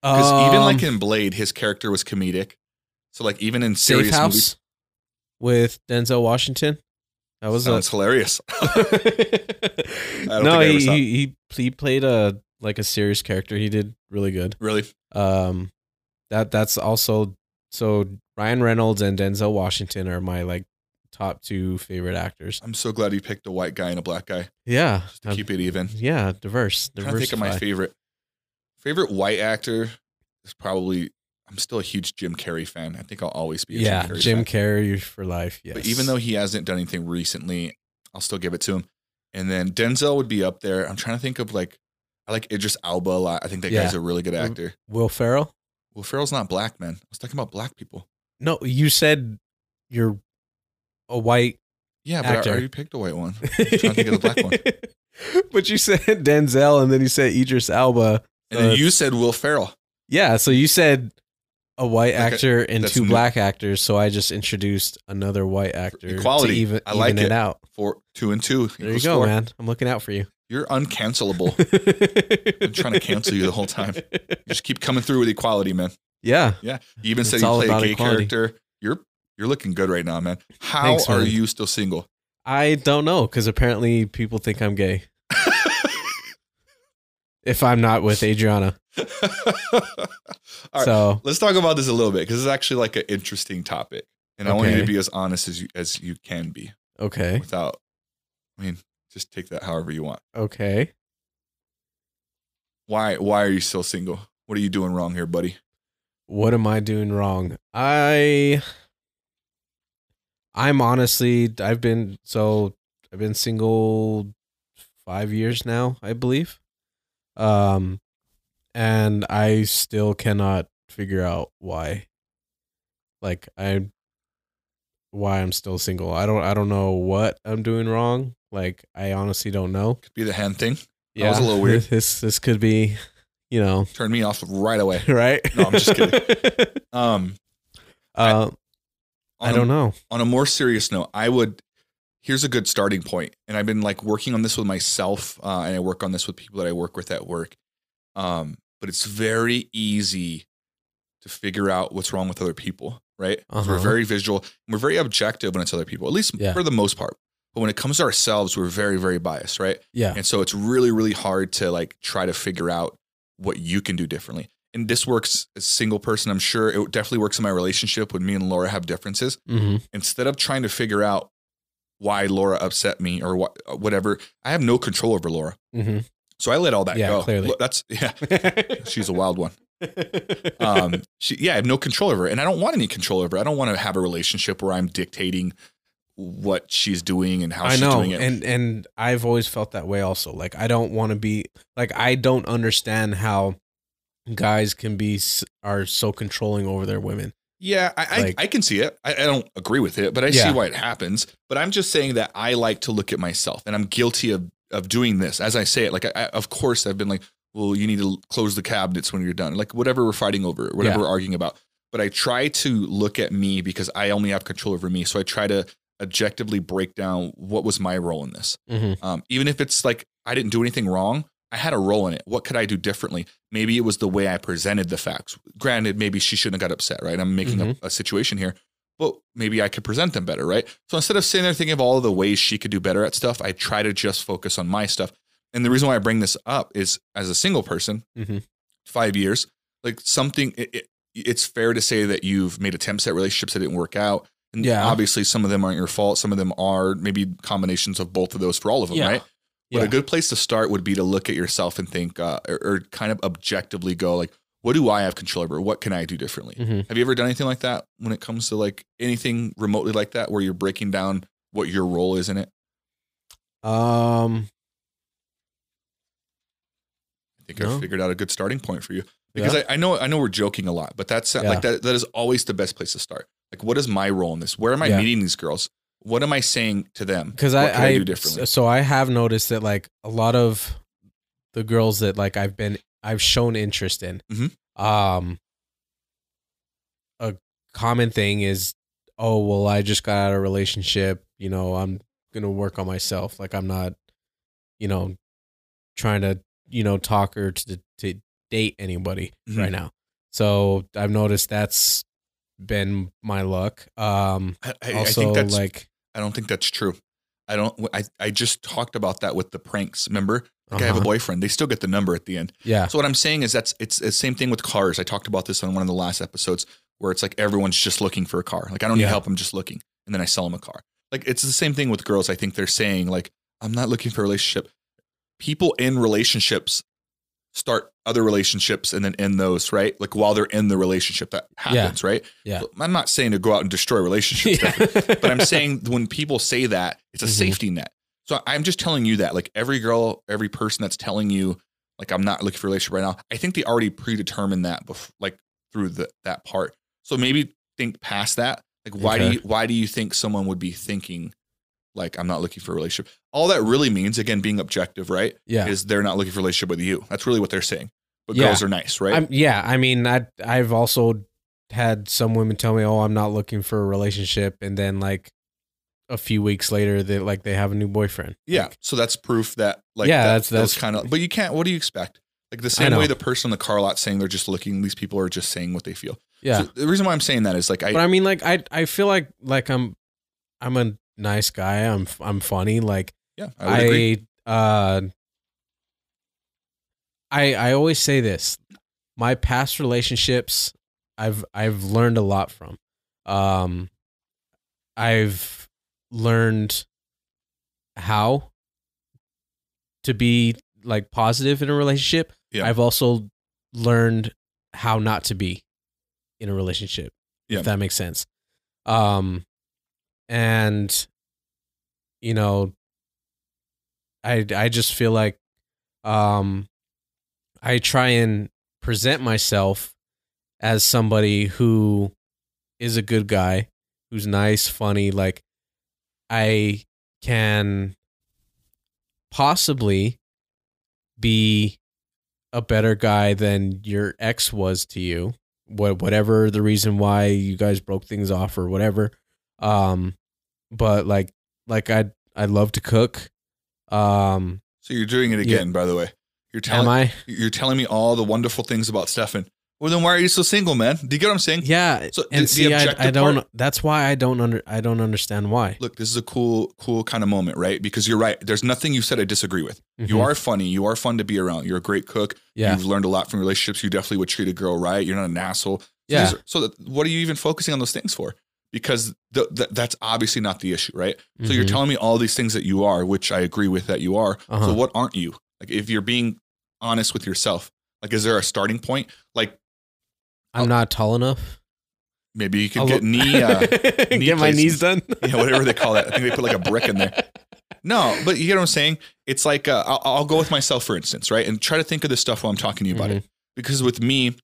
Because even like in Blade, his character was comedic. So like even in
Um, Safe
serious
House
movies,
with Denzel Washington. That was a
sounds hilarious. don't
no.
think I ever
He,
saw it.
he he he played a like a serious character. He did really good.
really,
Um, that that's also so Ryan Reynolds and Denzel Washington are my like top two favorite actors.
I'm so glad he picked a white guy and a black guy
Yeah, uh,
just to keep it even.
yeah, diverse.
I'm trying to think of my
diversify.
favorite favorite white actor is probably. I'm still a huge Jim Carrey fan. I think I'll always be. A
yeah,
Jim Carrey fan.
Jim Carrey for life. Yes.
But even though he hasn't done anything recently, I'll still give it to him. And then Denzel would be up there. I'm trying to think of like I like Idris Alba a lot. I think that guy's a really good
Mm.
actor.
Will Ferrell,
Well, Ferrell's not black, man. I was talking about black people.
no, you said you're a white.
Yeah, but
Actor.
I already picked a white one. trying to think of the black
one. but you said Denzel, and then you said Idris Elba.
And then
Uh,
you said Will Ferrell.
Yeah, so you said a white
Like a-
actor and
that's
two
new.
black actors, so I just introduced another white actor
equality.
to even,
I like
even
it.
it out.
Four, two and two.
There you
equals
go,
four.
man. I'm looking out for you.
You're uncancelable.
I'm
trying to cancel you the whole time. You just keep coming through with equality, man.
Yeah.
Yeah. You even said
It's
you
all
play a
about
gay
equality.
character. You're you're looking good right now, man. How
Thanks,
are
man.
you still single?
I don't know because apparently people think I'm gay if I'm not with Adriana.
All right.
so
Let's talk about this a little bit because it's actually like an interesting topic. And I want you to
Okay. Eh?
be as honest as you as you can be
okay,
without I mean, just take that however you want.
okay.
Why why are you still single? What are you doing wrong here, buddy?
What am I doing wrong? I I'm honestly I've been so I've been single five years now, I believe. Um and I still cannot figure out why. Like I why I'm still single. I don't I don't know what I'm doing wrong. Like I honestly don't know.
Could be the hand thing. That was a little weird.
This this could be, you know,
Turn me off right away.
right?
No, I'm just
kidding.
Um
uh,
on
I
a-
don't know.
on a more serious note, I would. Here's a good starting point, and I've been like working on this with myself, uh, and I work on this with people that I work with at work. Um, but it's very easy to figure out what's wrong with other people, right? 'Cause We're
Uh-huh.
very visual, and we're very objective when it's other people, at least
Yeah.
for the most part. But when it comes to ourselves, we're very, very biased, right?
Yeah.
And so it's really, really hard to like try to figure out what you can do differently. And this works as a single person, I'm sure. It definitely works in my relationship when me and Laura have differences
Mm-hmm.
instead of trying to figure out why Laura upset me or what, whatever, I have no control over Laura.
Mm-hmm.
So I let all that
Yeah,
go.
clearly.
Look, That's yeah.
Mm-hmm.
She's a wild one. Um, she, yeah, I have no control over her, and I don't want any control over. Her. I don't want to have a relationship where I'm dictating what she's doing and how
I
she's
know,
doing it.
and and I've always felt that way. Also, like I don't want to be like I don't understand how guys can be s- are so controlling over their women.
yeah, I,
like-
I I can see it. I, I don't agree with it, but I
Yeah.
see why it happens. But I'm just saying that I like to look at myself, and I'm guilty of of doing this. As I say it, like I, I of course I've been like. well, you need to close the cabinets when you're done, like whatever we're fighting over, whatever
Yeah.
we're arguing about. But I try to look at me because I only have control over me. So I try to objectively break down what was my role in this.
Mhm.
Um, even if it's like I didn't do anything wrong, I had a role in it. What could I do differently? Maybe it was the way I presented the facts. Granted, maybe she shouldn't have got upset, right? I'm making up a, situation here, but maybe I could present them better, right? So instead of sitting there thinking of all the ways she could do better at stuff, I try to just focus on my stuff. And the reason why I bring this up is as a single person,
Mhm.
five years, like something, it, it, it's fair to say that you've made attempts at relationships that didn't work out. And
Yeah.
obviously, some of them aren't your fault. Some of them are maybe combinations of both of those for all of them,
Yeah.
right? But
Yeah.
a good place to start would be to look at yourself and think, uh, or, or kind of objectively go, like, what do I have control over? What can I do differently?
Mhm.
Have you ever done anything like that when it comes to like anything remotely like that where you're breaking down what your role is in it?
Um,
I think
No.
I figured out a good starting point for you because I, I know I know we're joking a lot, but that's
Yeah.
like that that is always the best place to start. Like, what is my role in this? Where am I
Yeah.
meeting these girls? What am I saying to them?
because
What
I,
can
I,
do differently.
so I have noticed that like a lot of the girls that like I've been I've shown interest in,
Mhm.
um, a common thing is, oh well, I just got out of a relationship. You know, I'm gonna work on myself. Like I'm not, you know, trying to you know talk or to to date anybody
Mhm.
right now. So I've noticed that's been my luck. Um,
I, I, I
also
think that's
like
I don't think that's true. I don't. I I just talk about that with the pranks. Remember, like I have a
Uh-huh.
boyfriend. They still get the number at the end.
yeah.
So what I'm saying is that's it's the same thing with cars. I talked about this on one of the last episodes where it's like everyone's just looking for a car. Like I don't need
Yeah.
help. I'm just looking, and then I sell them a car. Like it's the same thing with girls. I think they're saying like I'm not looking for a relationship. People in relationships start other relationships and then end those right. Like while they're in the relationship, that happens right.
Yeah.
So I'm not saying to go out and destroy relationships. definitely. but I'm saying when people say that, it's a
Mhm.
safety net. So I'm just telling you that, like every girl, every person that's telling you, like I'm not looking for a relationship right now, I think they already predetermined that, bef- like through the, that part. So maybe think past that. Like why do
Okay.
you why do you think someone would be thinking, like I'm not looking for a relationship? All that really means, again, being objective, right,
yeah.
is they're not looking for a relationship with you. That's really what they're saying. But
Yeah.
girls are nice, right?
I'm, yeah, I mean, I I've also had some women tell me, "Oh, I'm not looking for a relationship," and then like a few weeks later, they like they have a new boyfriend.
Yeah.
Like,
so that's proof that like
Yeah,
that,
that's-
those
that's-
kind of but you can't what do you expect? Like the same
know.
way the person on the car lot saying they're just looking, these people are just saying what they feel.
yeah.
So the reason why I'm saying that is like I
but I mean, like I I feel like like I'm I'm a nice guy. I'm I'm funny. Like
yeah, I would agree.
I uh I I always say this. My past relationships I've I've learned a lot from. Um I've learned how to be like positive in a relationship.
Yeah.
I've also learned how not to be in a relationship.
Yeah.
If that makes sense. Um and you know I I just feel like um I try and present myself as somebody who is a good guy, who's nice, funny, like I can possibly be a better guy than your ex was to you. What whatever the reason why you guys broke things off or whatever. Um but like like I I love to cook. Um
So you're doing it
Yeah.
again, by the way. You're
am
telling
I?
you're telling me all the wonderful things about Stefan. Well then why are you so single, man? Do you get what I'm saying?
Yeah.
So the-
and
the
see
objective
I, I don't
part-
that's why I don't under I don't understand why.
Look, this is a cool, cool kind of moment, right? Because you're right. There's nothing you said I disagree with. You
Mhm.
are funny. You are fun to be around. You're a great cook.
Yeah.
You've learned a lot from relationships. You definitely would treat a girl right. You're not an asshole. So
Yeah.
these are- so that, what are you even focusing on those things for? Because th- th- that's obviously not the issue, right? So you're
Mhm.
telling me all these things that you are, which I agree with that you are.
Uh-huh.
So what aren't you? Like if you're being honest with yourself, like is there a starting point? Like
I'm not tall enough.
maybe you could
I'll
get
look-
knee, uh, knee
Get my knees done.
yeah, whatever they call that. I think they put like a brick in there. No, but you get what I'm saying? It's like uh, I'll, I'll go with myself, for instance, right? And try to think of this stuff while I'm talking to you about it.
Mm-hmm.
Because with me,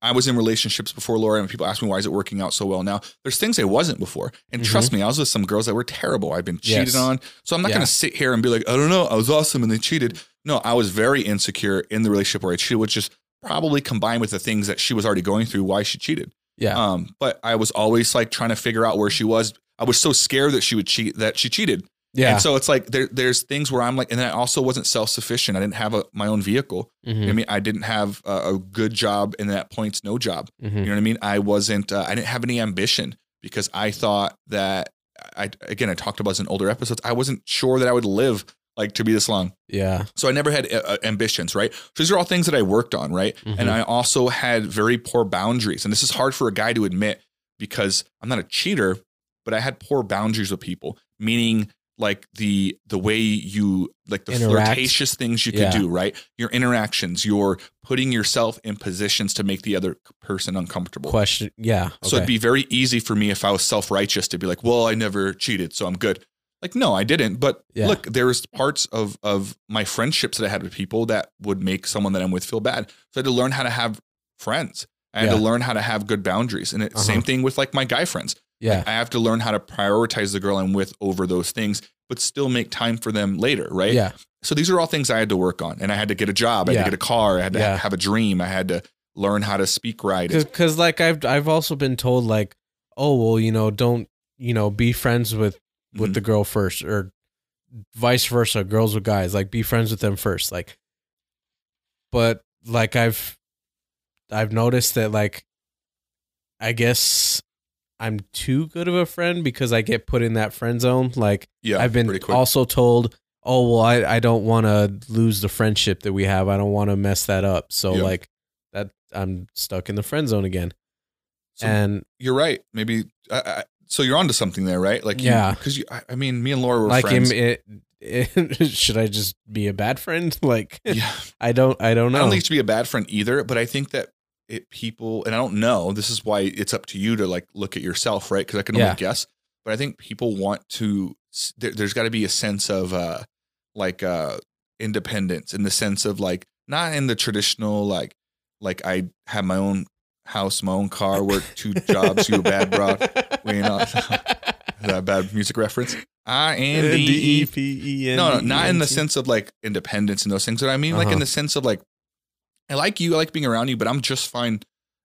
I was in relationships before Laura, and people ask me why is it working out so well now. There's things I wasn't before, and trust me, I was with some girls that were terrible. I've been cheated
Mm-hmm.
on,
Yes.
so I'm not
Yeah.
going to sit here and be like, I don't know, I was awesome and they cheated. No, I was very insecure in the relationship where I cheated, which is probably combined with the things that she was already going through, why she cheated.
Yeah.
Um, but I was always like trying to figure out where she was. I was so scared that she would cheat that she cheated.
yeah.
And so it's like there, there's things where I'm like, and then I also wasn't self sufficient. I didn't have a, my own vehicle.
Mhm.
I mean, I didn't have a, a good job, and that points no job.
Mhm.
You know what I mean? I wasn't. Uh, I didn't have any ambition because I thought that I again I talked about this in older episodes. I wasn't sure that I would live like to be this long.
Yeah.
So I never had uh, uh, ambitions, right? So these are all things that I worked on, right? And
Mhm.
I also had very poor boundaries. And this is hard for a guy to admit because I'm not a cheater, but I had poor boundaries with people, meaning like the the way you like the
Interact.
flirtatious things you could
Yeah.
do, right? Your interactions, your putting yourself in positions to make the other person uncomfortable.
Question. Yeah.
So
okay.
it'd be very easy for me if I was self righteous to be like, well, I never cheated, so I'm good. Like, no, I didn't. But
Yeah.
look, there was parts of of my friendships that I had with people that would make someone that I'm with feel bad. So I had to learn how to have friends. I had to
Yeah.
learn how to have good boundaries. And it,
Uh-huh.
same thing with like my guy friends.
yeah.
I have to learn how to prioritize the girl I'm with over those things, but still make time for them later, right?
Yeah.
So these are all things I had to work on. And I had to get a job. I had
Yeah.
to get a car. I had to
Yeah.
have a dream. I had to learn how to speak right.
because like I've I've also been told like oh well you know don't you know be friends with with
Mhm.
the girl first or vice versa girls with guys like be friends with them first like but like I've I've noticed that like I guess I'm too good of a friend because I get put in that friend zone like
yeah.
I've been
pretty quick.
also told, oh well, I, I don't want to lose the friendship that we have. I don't want to mess that up. So
Yeah.
like that, I'm stuck in the friend zone again.
So-
and
you're right. Maybe I, I, so. You're onto something there, right? Like,
Yeah.
because you, I, I mean, me and Laura were
like
friends.
him, it, it- should I just be a bad friend? Like
yeah,
I don't, I don't
I
know.
don't think you should be a bad friend either, but I think that it people, and I don't know. This is why it's up to you to like look at yourself, right? Because I can only
Yeah.
guess. But I think people want to. s- There, there's got to be a sense of uh, like uh, independence in the sense of like not in the traditional like like I have my own house, my own car, work two jobs, you a bad broad. We not- That bad music reference. I am the E
D-E-P-E-N-D-E-N-T.
no, no, not in the sense of like independence and those things. What I mean, like
Uh-huh.
in the sense of like, I like you, I like being around you, but I'm just fine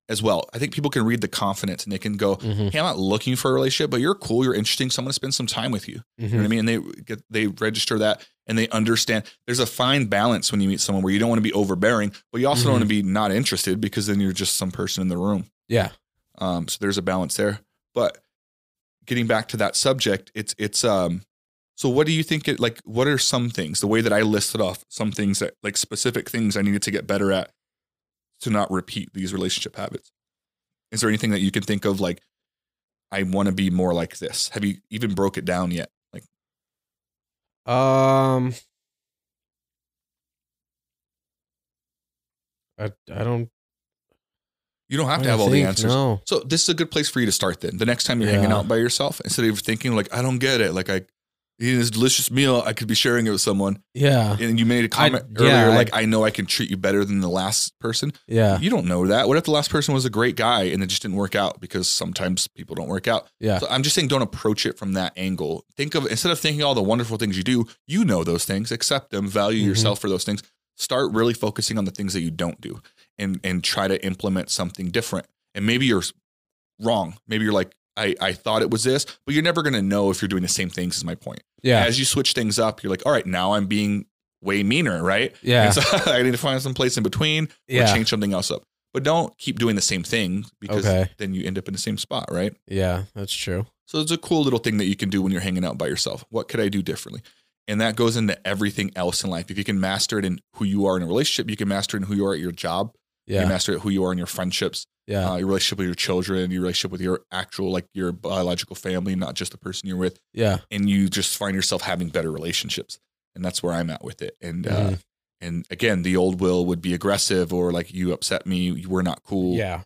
as well. I think people can read the confidence and they can go,
Mm-hmm,
Mhm.
"Hey, I'm not looking for a relationship, but you're cool, you're interesting. So I'm going to spend some time with you."
mm-hmm.
You know what I mean? And they get they register that and they understand. There's a fine balance when you meet someone where you don't want to be overbearing, but you also don't want to be not interested because then you're just some person in the room.
Yeah.
Um, so there's a balance there. But getting back to that subject, it's it's um so what do you think it like what are some things the way that I listed off some things that like specific things I needed to get better at to not repeat these relationship habits? Is there anything that you can think of like I want to be more like this? Have you even broke it down yet? Like
Um, I I don't
you don't have
I
to have all the
think,
answers.
No.
So this is a good place for you to start then. The next time you're hanging
Yeah.
out by yourself, instead of thinking like I don't get it, like I eating this delicious meal, I could be sharing it with someone.
Yeah.
and you made a comment
yeah,
earlier
I-
like I, know i can treat you better than the last person
Yeah.
you don't know that what if the last person was a great guy and it just didn't work out because sometimes people don't work out
Yeah.
so i'm just saying don't approach it from that angle think of instead of thinking all the wonderful things you do you know those things accept them value
Mhm.
yourself for those things start really focusing on the things that you don't do and and try to implement something different and maybe you're wrong maybe you're like I, I thought it was this, but you're never going to know if you're doing the same things. Is my point.
Yeah.
As you switch things up, you're like, all right, now I'm being way meaner, right?
Yeah.
And so I need to find some place in between or
Yeah.
change something else up. But don't keep doing the same thing because
Okay.
then you end up in the same spot, right?
Yeah. That's true.
So it's a cool little thing that you can do when you're hanging out by yourself. What could I do differently? And that goes into everything else in life. If you can master it in who you are in a relationship, you can master it in who you are at your job. You can
Yeah.
master it who you are in your friendships,
Yeah.
uh, your relationship with your children, your relationship with your actual, like your biological family, not just the person you're with
Yeah.
and you just find yourself having better relationships and that's where i'm at with it and uh,
Mhm.
and again the old will would be aggressive or like you upset me you were not cool
Yeah.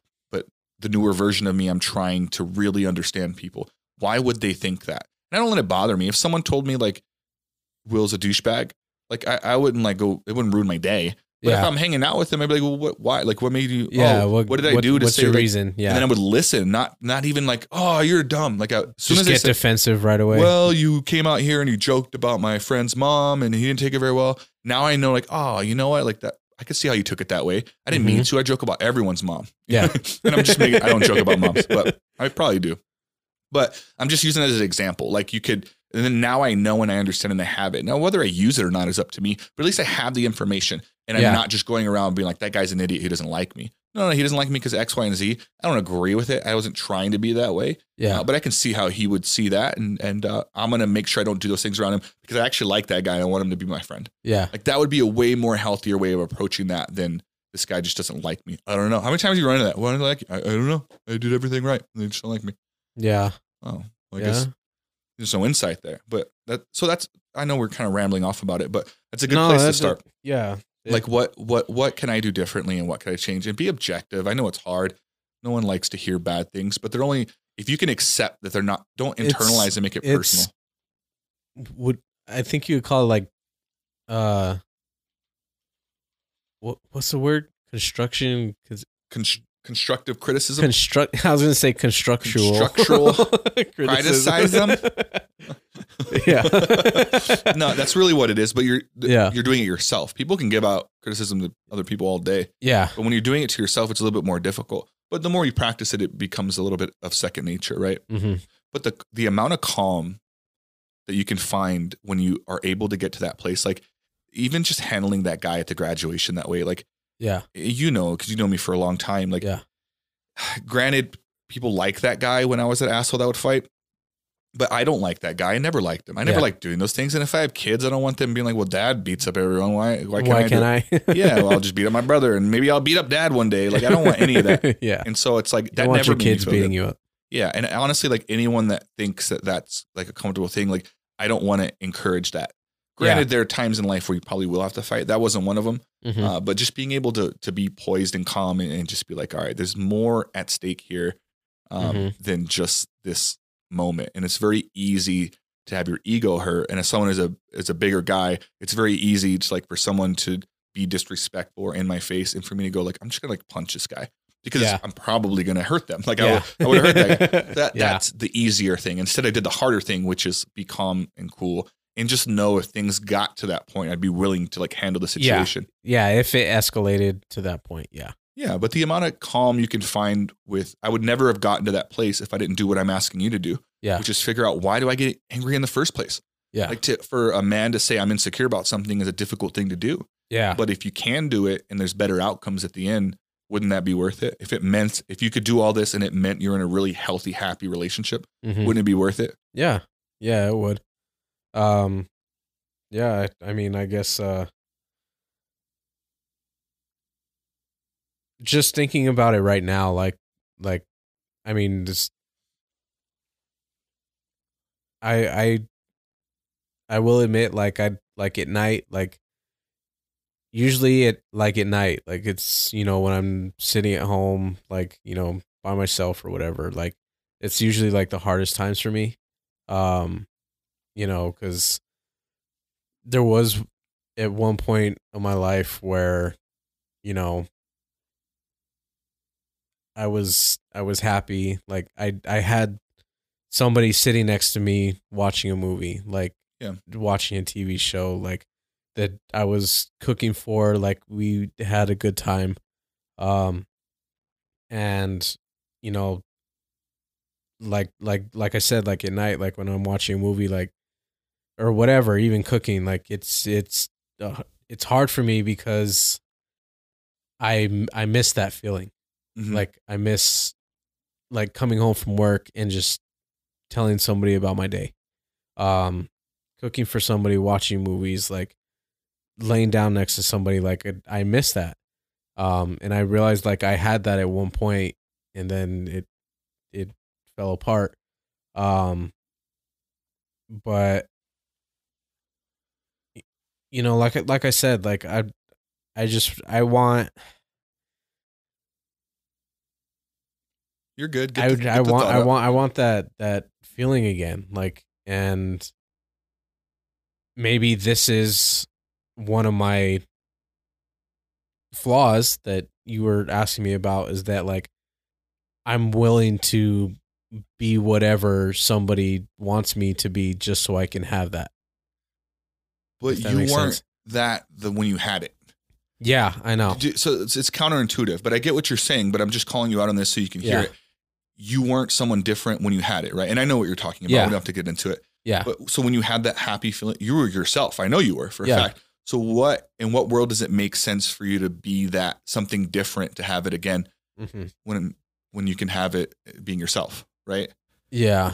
the newer version of me i'm trying to really understand people why would they think that and i don't let it bother me if someone told me like will's a douchebag like i, I wouldn't like go it wouldn't ruin my day but if
Yeah.
i'm hanging out with them i'd be like well what why like what made you
Yeah.
oh, what, did i do to
what's
say
your
like-
reason? Yeah.
and then i would listen not not even like oh you're dumb like I, as soon
Just
as I
get
said,
defensive right away.
well, you came out here and you joked about my friend's mom and he didn't take it very well. Now I know, like, oh, you know what? Like that, I could see how you took it that way. I didn't mean to. I joke about everyone's mom.
Mm-hmm. Yeah.
and I'm just making, I don't joke about moms, but I probably do. But I'm just using it as an example. Like you could, and then now I know and I understand and I have it. Now, whether I use it or not is up to me, but at least I have the information and I'm
Yeah.
not just going around being like, that guy's an idiot. He doesn't like me. No, no, he doesn't like me because X, Y, and Z. I don't agree with it. I wasn't trying to be that way.
yeah.
Uh, but I can see how he would see that, and and uh, I'm gonna make sure I don't do those things around him because I actually like that guy and I want him to be my friend.
Yeah.
Like that would be a way more healthier way of approaching that than this guy just doesn't like me. I don't know how many times you run into that. Why don't they like you? I, I don't know. I did everything right. and They just don't like me.
Yeah.
Oh, well, I
Yeah.
guess there's no insight there. But that so that's I know we're kind of rambling off about it, but that's a good
No,
place to
that's-
start
Yeah. It-
like what what what can i do differently and what can i change and be objective i know it's hard no one likes to hear bad things but they're only if you can accept that they're not don't
It's-
internalize and make it
it's-
personal
Would I think you would call it like, uh, what what's the word? Construction. Cause
Const- constructive criticism
construct. I was gonna say constructual.
Constructual
criticism. yeah.
no that's really what it is but you're
Yeah.
you're doing it yourself people can give out criticism to other people all day
Yeah.
but when you're doing it to yourself it's a little bit more difficult but the more you practice it it becomes a little bit of second nature right
Mm-hmm.
but the the amount of calm that you can find when you are able to get to that place like even just handling that guy at the graduation that way like
Yeah.
you know because you know me for a long time like
Yeah.
granted people like that guy when i was that asshole that would fight but i don't like that guy i never liked him i never
Yeah.
liked doing those things and if i have kids i don't want them being like well dad beats up everyone why why
Why
can't i, do
can
it?"
I?
yeah well i'll just beat up my brother and maybe i'll beat up dad one day like i don't want any of that
yeah.
and so it's like
You
that
don't want
never
your
made me
kids
feel good.
beating you up.
Yeah, and honestly, like anyone that thinks that that's like a comfortable thing, like I don't want to encourage that. Granted, there are times in life where you probably will have to fight. That wasn't one of them.
Mhm.
Uh, but just being able to to be poised and calm and, and just be like, all right, there's more at stake here um,
Mhm.
than just this moment. And it's very easy to have your ego hurt. And as someone is a is a bigger guy, it's very easy to like for someone to be disrespectful or in my face, and for me to go like, I'm just gonna like punch this guy because
Yeah.
I'm probably gonna hurt them. Like I
yeah.
would, I would have hurt that guy
that.
that
yeah.
that's the easier thing. Instead, I did the harder thing, which is be calm and cool, and just know if things got to that point, I'd be willing to like handle the
Yeah.
situation.
yeah. If it escalated to that point, yeah.
Yeah, but the amount of calm you can find with I would never have gotten to that place if I didn't do what I'm asking you to do.
Yeah.
Which is figure out why do I get angry in the first place?
Yeah.
Like to for a man to say I'm insecure about something is a difficult thing to do.
Yeah.
But if you can do it and there's better outcomes at the end, wouldn't that be worth it? If it meant if you could do all this and it meant you're in a really healthy, happy relationship,
Mm-hmm.
Mhm.
wouldn't it be worth it?
Yeah. Yeah, it would. Um yeah, I, I mean, I guess uh just thinking about it right now like like I mean, this I I I will admit like I like at night like usually it like at night like it's you know when I'm sitting at home like you know by myself or whatever like it's usually like the hardest times for me um you know because there was at one point of my life where you know i was i was happy like i i had somebody sitting next to me watching a movie like
Yeah.
watching a tv show like that i was cooking for like we had a good time um and you know like like like I said, like at night, like when I'm watching a movie, like or whatever, even cooking, like it's it's uh, it's hard for me because I I miss that feeling.
Mhm.
Like I miss like coming home from work and just telling somebody about my day. Um cooking for somebody, watching movies, like laying down next to somebody like I- I miss that. Um and I realized like I had that at one point and then it it fell apart. Um but you know like I- like I said like I I just I want
you're good.
I,
the-
would- I
the
want
thought
I
out.
want I want that that feeling again like and maybe this is one of my flaws that you were asking me about is that like I'm willing to be whatever somebody wants me to be just so I can have that.
but
if that
you weren't
makes sense.
that the when you had it.
Yeah, I know.
Do- So it's, it's counterintuitive, but I get what you're saying. But I'm just calling you out on this so you can hear
Yeah.
it. You weren't someone different when you had it, right? And I know what you're talking about.
Yeah.
We don't have to get into it.
Yeah.
But so when you had that happy feeling, you were yourself. I know you were for a
Yeah.
fact. So what in what world does it make sense for you to be that something different to have it again
hmm
when when you can have it being yourself, right?
Yeah.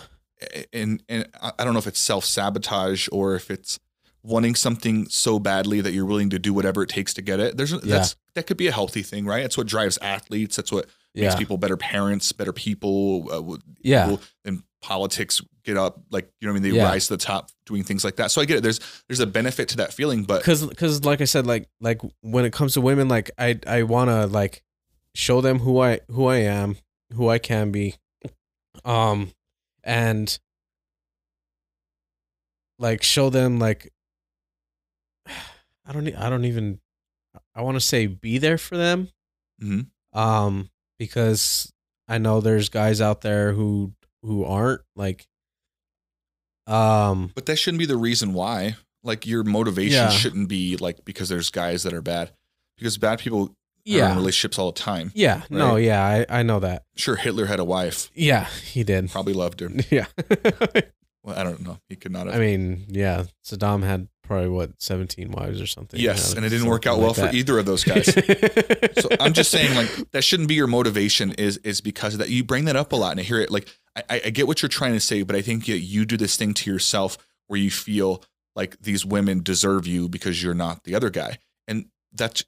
and and I I don't know if it's self sabotage or if it's wanting something so badly that you're willing to do whatever it takes to get it. There's that's that could be a healthy thing, right? That's what drives athletes. That's what makes
Yeah.
people better parents, better people. Uh, w-
Yeah.
people in politics get up, like you know, what I mean, they
Yeah.
rise to the top doing things like that. So I get it. There's there's a benefit to that feeling, but
because because like I said, like like when it comes to women, like I I wanna like show them who I who I am, who I can be, um, and like show them like I don't e- I don't even I want to say be there for them,
Mhm.
um, because I know there's guys out there who who aren't like, um,
but that shouldn't be the reason why. Like your motivation
Yeah.
shouldn't be like because there's guys that are bad, because bad people are in
yeah.
relationships all the time.
Yeah, no,
right?
yeah, I, I know that.
Sure, Hitler had a wife,
Yeah, he did.
probably loved her.
Yeah.
Well, I don't know. He could not have.
I mean, yeah, Saddam had probably what 17 wives or something.
yes,
Yeah,
and it didn't work out well
something
for either of those
like
guys.
that.
so I'm just saying, like, that shouldn't be your motivation. Is is because of that you bring that up a lot, and I hear it. Like, I- I, I get what you're trying to say, but I think that you do this thing to yourself where you feel like these women deserve you because you're not the other guy, and that's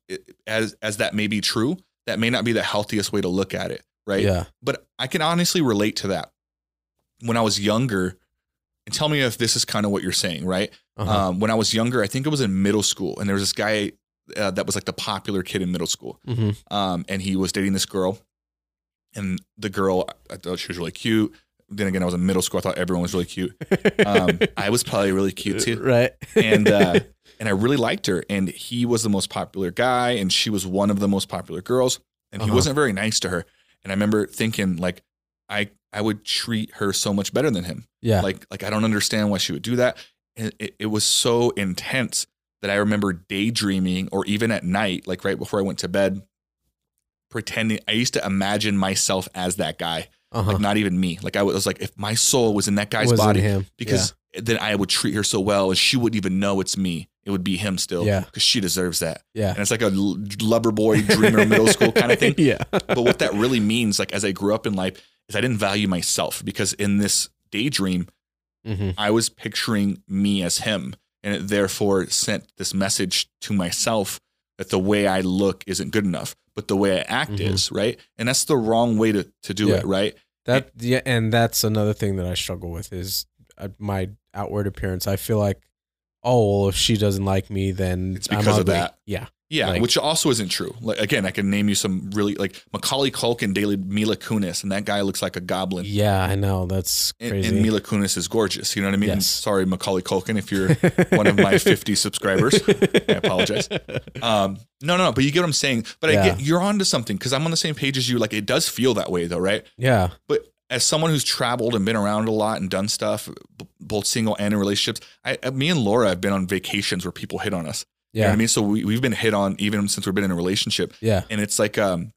as as that may be true. That may not be the healthiest way to look at it, right?
Yeah.
but I can honestly relate to that when I was younger. And tell me if this is kind of what you're saying, right?
Uh-huh.
Um, when I was younger, I think it was in middle school, and there was this guy uh, that was like the popular kid in middle school,
hmm
um, and he was dating this girl, and the girl I thought she was really cute. Then again, I was in middle school. I thought everyone was really cute. Um, I was probably really cute too
Mm-hmm. Right.
and uh, and I really liked her. And he was the most popular guy, and she was one of the most popular girls. And he
Uh-huh.
wasn't very nice to her. And I remember thinking, like, I I would treat her so much better than him.
yeah.
Like like I don't understand why she would do that. And it, it was so intense that I remember daydreaming, or even at night, like right before I went to bed, pretending. I used to imagine myself as that guy,
Uh-huh.
like not even me. Like I was like, if my soul was in that guy's
Wasn't
body,
him.
because then I would treat her so well, and she wouldn't even know it's me. It would be him still,
Yeah.
because she deserves that.
Yeah.
and it's like a l- lover boy, dreamer, middle school kind of thing.
yeah.
But what that really means, like as I grew up in life, is I didn't value myself because in this daydream,
hmm
I was picturing me as him, and it therefore sent this message to myself that the way I look isn't good enough, but the way I act
Mhm.
is right, and that's the wrong way to to do
Yeah.
it, right?
That yeah, and that's another thing that I struggle with is uh, my outward appearance. I feel like, oh, well, if she doesn't like me, then
It's because of
ugly.
that.
Yeah,
Yeah,
Like-
which also isn't true. Like again, I can name you some really like Macaulay Culkin dated Mila Kunis, and that guy looks like a goblin.
yeah, I know that's
And,
crazy.
and Mila Kunis is gorgeous. You know what I mean?
Yes.
Sorry, Macaulay Culkin, if you're one of my 50 subscribers. I apologize. Um, no, no, but you get what I'm saying. But I
Yeah.
get you're onto something because I'm on the same page as you. Like it does feel that way though, right?
Yeah,
But as someone who's traveled and been around a lot and done stuff, b- both single and in relationships, I, I- me and Laura have been on vacations where people hit on us. You know what
yeah,
I mean? So we, we've been hit on even since we've been in a relationship.
Yeah.
And it's like, um,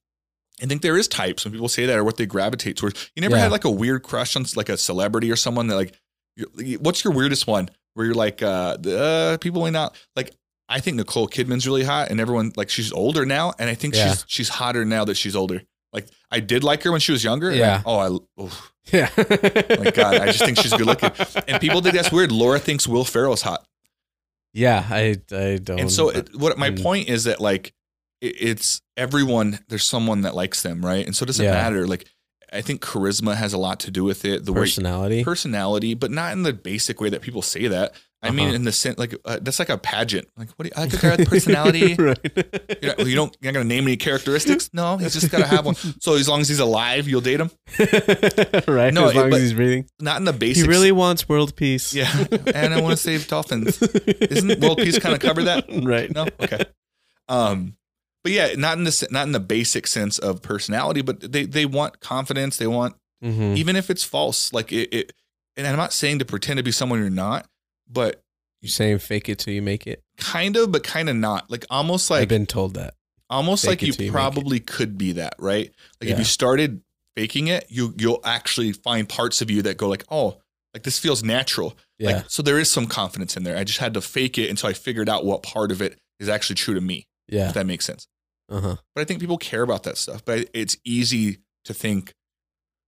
I think there is types when people say that or what they gravitate towards. You never
Yeah.
had like a weird crush on like a celebrity or someone that like, you- what's your weirdest one where you're like, uh, the, uh people may not like, I think Nicole Kidman's really hot and everyone like she's older now. And I think
Yeah.
she's, she's hotter now that she's older. Like I did like her when she was younger. and
Yeah.
I- oh, I, oof.
yeah.
my God, I just think she's good looking. and people think that's weird. Laura thinks Will Ferrell's hot.
Yeah, I I don't.
And so, it, what my
Mm.
point is that like, it, it's everyone. There's someone that likes them, right? And so it doesn't
Yeah.
matter. Like, I think charisma has a lot to do with it. The
personality.
way personality, but not in the basic way that people say that. I mean,
Uh-huh.
in the sense like uh, that's like a pageant. Like, what do you, I like a guy with personality?
Right.
You, know, you don't you're not gonna name any characteristics. No, he's just gotta have one. So as long as he's alive, you'll date him.
right.
No,
as long
it- but-
as he's breathing,
Not in the
He
basic.
really wants world peace.
Yeah, and I want to save dolphins. Isn't world peace kind of cover that?
Right.
No, okay. Um, but yeah, not in the se- not in the basic sense of personality, but they they want confidence. They want
hmm
even if it's false, like it. it and I'm not saying to pretend to be someone you're not, but
You're saying fake it till you make it.
kind of, but kind of not. Like almost
I've
like
been told that.
almost like
fake it till
you
you make it.
probably could be that, right? Like if
Yeah.
you started faking it, you you'll actually find parts of you that go like, oh, like this feels natural.
Yeah.
Like so there is some confidence in there. I just had to fake it until I figured out what part of it is actually true to me.
yeah.
If that makes sense.
Uh huh.
but I think people care about that stuff. But it's easy to think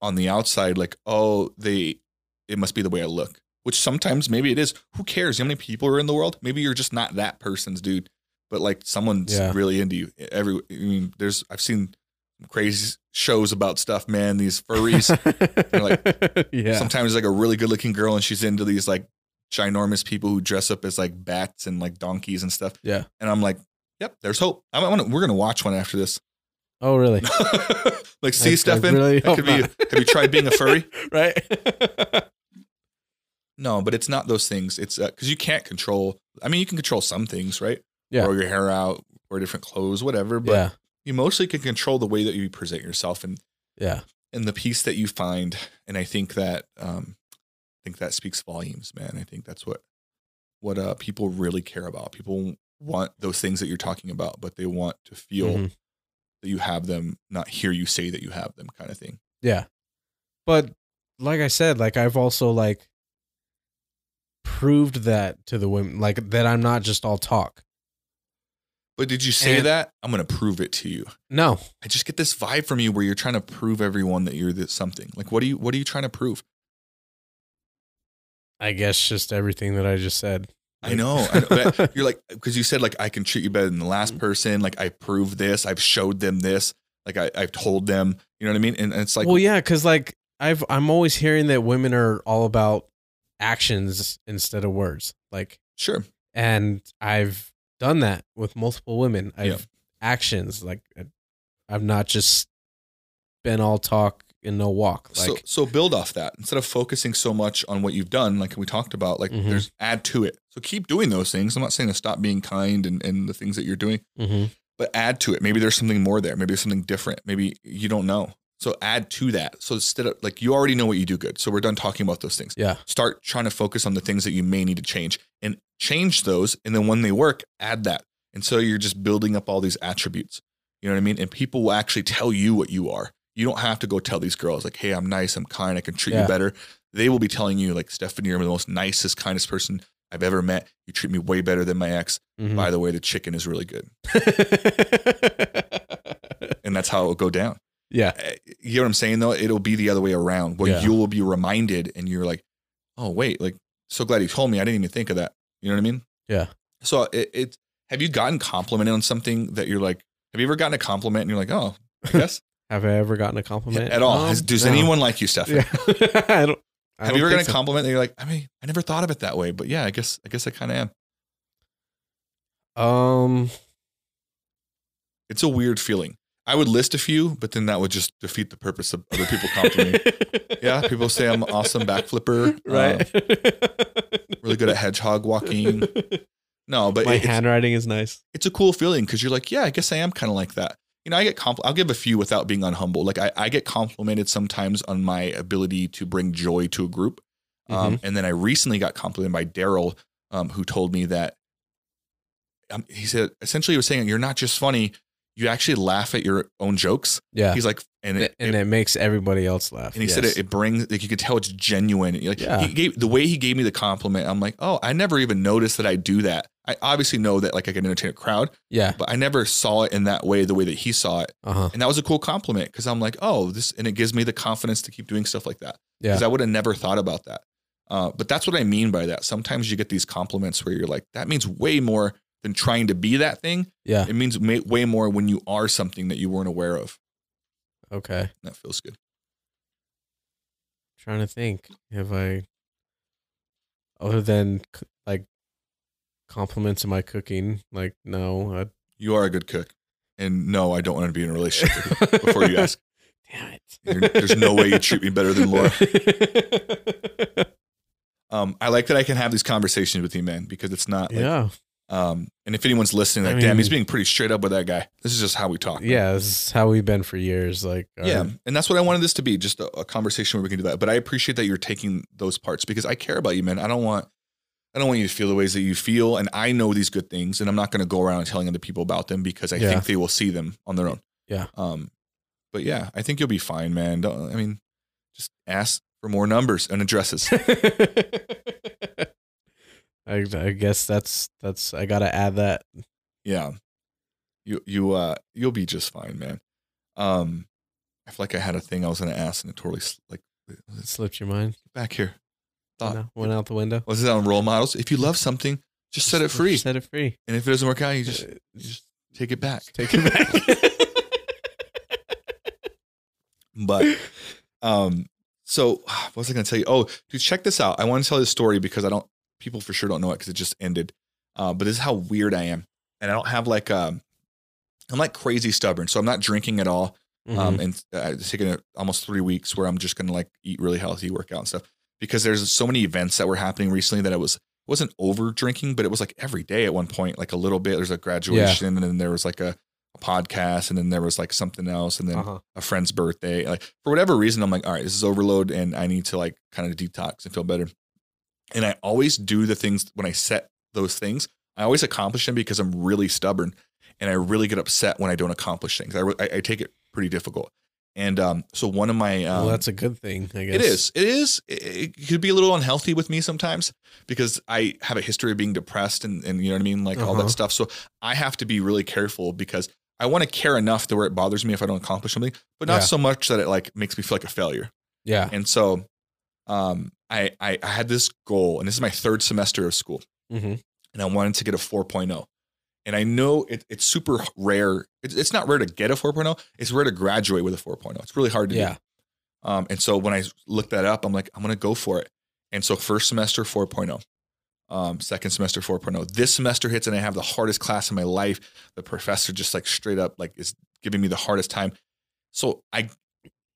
on the outside, like, oh, they, it must be the way I look, which sometimes maybe it is. Who cares? You know how many people are in the world? Maybe you're just not that person's dude, but like someone's
Yeah.
really into you. E, Every, I mean, there's, I've seen crazy shows about stuff, man. These furries.
yeah.
Sometimes like a really good looking girl and she's into these like ginormous people who dress up as like bats and like donkeys and stuff.
Yeah.
And I'm like, yep, there's hope. I'm, I'm gonna, we're going to watch one after this.
oh, really?
like,
I-
see,
I
Stefan,
really Oh,
that
hope
could be.
not.
Have you tried being a furry?
right?
No, but it's not those things. It's because you can't control. I mean, you can control some things, right?
Yeah.
Grow your hair out, wear different clothes, whatever. But
yeah.
you mostly can control the way that you present yourself and
Yeah.
and the piece that you find. And I think that um, I think that speaks volumes, man. I think that's what what uh, people really care about. People want those things that you're talking about, but they want to feel
Mhm.
that you have them, not hear you say that you have them, kind of thing.
Yeah. But like I said, like I've also like proved that to the women, like that I'm not just all talk.
But did you say
And-
that? I'm going to prove it to you.
No.
I just get this vibe from you where you're trying to prove everyone that you're this something. Like, what are you? What are you trying to prove?
I guess just everything that I just said.
I know. I know but you're like because you said like I can treat you better than the last person. Like I proved this. I've showed them this. Like I, I've told them. You know what I mean? And, and it's like,
well, yeah, because like I've I'm always hearing that women are all about actions instead of words. Like
sure,
and I've done that with multiple women. I've
Yeah.
actions like I've not just been all talk and no walk. Like
so so build off that instead of focusing so much on what you've done. Like we talked about, like
Mhm.
there's add to it. So keep doing those things. I'm not saying to stop being kind and and the things that you're doing.
Mhm.
but add to it. Maybe there's something more there. Maybe there's something different. Maybe you don't know. So add to that. So instead of like you already know what you do good. So we're done talking about those things.
Yeah.
Start trying to focus on the things that you may need to change and change those. And then when they work, add that. And so you're just building up all these attributes. You know what I mean? And people will actually tell you what you are. You don't have to go tell these girls like, "Hey, I'm nice, I'm kind, I can treat
Yeah.
you better." They will be telling you like, "Stephanie, you're the most nicest, kindest person I've ever met. You treat me way better than my ex.
Hmm.
Mhm.
By the way, the chicken is really good." and that's how it will go down.
Yeah.
Uh, You know what I'm saying though? It'll be the other way around where
Yeah.
you'll be reminded and you're like, oh, wait, like, so glad you told me. I didn't even think of that. You know what I mean?
Yeah.
So it, it have you gotten complimented on something that you're like, have you ever gotten a compliment and you're like, oh, I guess
Have I ever gotten a compliment
at all?
Um,
Has, does
no.
anyone like you, Stefan?
Yeah. I don't. I
Have
don't
you ever
think
gotten
so.
a compliment and you're like, I mean, I never thought of it that way, but yeah, I guess, I guess I kind of am.
Um.
It's a weird feeling. I would list a few, but then that would just defeat the purpose of other people complimenting. yeah, people say I'm awesome back flipper, uh,
Right.
really good at hedgehog walking. No, but
My
it- it's,
handwriting is nice.
it's a cool feeling because you're like, yeah, I guess I am kind of like that. You know, I get compl- I'll give a few without being unhumble. Like I, I get complimented sometimes on my ability to bring joy to a group. Um,
Mm-hmm.
And then I recently got complimented by Daryl, um, who told me that um, he said essentially he was saying you're not just funny, you actually laugh at your own jokes.
Yeah.
He's like, and it,
and
it-
it makes everybody else laugh.
and he said
Yes.
it, it brings like you could tell it's genuine. Like
Yeah.
he gave the way he gave me the compliment, I'm like, oh, I never even noticed that I do that. I obviously know that like I can entertain a crowd,
Yeah.
but I never saw it in that way, the way that he saw it.
Uh huh.
And that was a cool compliment because I'm like, oh, this, and it gives me the confidence to keep doing stuff like that.
Yeah.
Because I would have never thought about that. Uh, but that's what I mean by that. Sometimes you get these compliments where you're like, that means way more than trying to be that thing.
Yeah.
It means ma- way more when you are something that you weren't aware of.
Okay.
That feels good.
trying to think if I, other than c- like compliments in my cooking, like no, I,
You are a good cook. And no, I don't want to be in a relationship with you before you ask.
Damn it!
You're- there's no way you treat me better than Laura. Um, I like that I can have these conversations with you, man, because it's not like,
yeah,
Um, and if anyone's listening,
I
like, damn,
mean-
he's being pretty straight up with that guy. This is just how we talk. man.
yeah. This is how we've been for years. Like, uh, our-
Yeah. And that's what I wanted this to be just a, a conversation where we can do that. But I appreciate that you're taking those parts because I care about you, man. I don't want. I don't want you to feel the ways that you feel, and I know these good things, and I'm not going to go around telling other people about them because I
Yeah.
think they will see them on their own.
Yeah.
Um, but yeah, I think you'll be fine, man. Don't, I mean, just ask for more numbers and addresses.
I, I guess that's that's I gotta add that.
yeah you you uh you'll be just fine man um i feel like i had a thing i was gonna ask and it totally s- like
It slipped your mind.
back here thought
No, went out the window.
was it on role models if you love something just set it free
Set it free.
and if it doesn't work out you just
Uh,
just take it back
Take it back.
but um so what was i gonna tell you oh dude check this out i want to tell this story because i don't people for sure don't know it because it just ended uh, but this is how weird i am and i don't have like um i'm like crazy stubborn so i'm not drinking at all
Mm-hmm.
um, and uh, it's taken uh, almost three weeks where I'm just gonna like eat really healthy, work out and stuff because there's so many events that were happening recently that I was wasn't over drinking, but it was like every day at one point, like a little bit. There's a graduation, and then there was like a, a podcast, and then there was like something else, and then um,
uh-huh.
a friend's birthday. Like for whatever reason, I'm like, all right, this is overload, and I need to like kind of detox and feel better. And I always do the things when I set those things. I always accomplish them because I'm really stubborn, and I really get upset when I don't accomplish things. I re- I, I take it pretty difficult. And um, so one of my um,
well, that's a good thing, I guess.
it is. It is. It, it could be a little unhealthy with me sometimes because I have a history of being depressed and, and you know what I mean? Like all
Uh-huh.
that stuff. So I have to be really careful because I want to care enough to where it bothers me if I don't accomplish something, but not
Yeah.
so much that it like makes me feel like a failure.
Yeah.
And so um, I, I, I had this goal and this is my third semester of school
Mm-hmm.
and I wanted to get a 4.0. And I know it, it's super rare. It's, it's not rare to get a 4.0. It's rare to graduate with a 4.0. It's really hard to do.
Yeah.
Um, and so when I looked that up, I'm like, I'm going to go for it. And so first semester 4.0, um, second semester 4.0. This semester hits and I have the hardest class in my life. The professor just like straight up like is giving me the hardest time. So I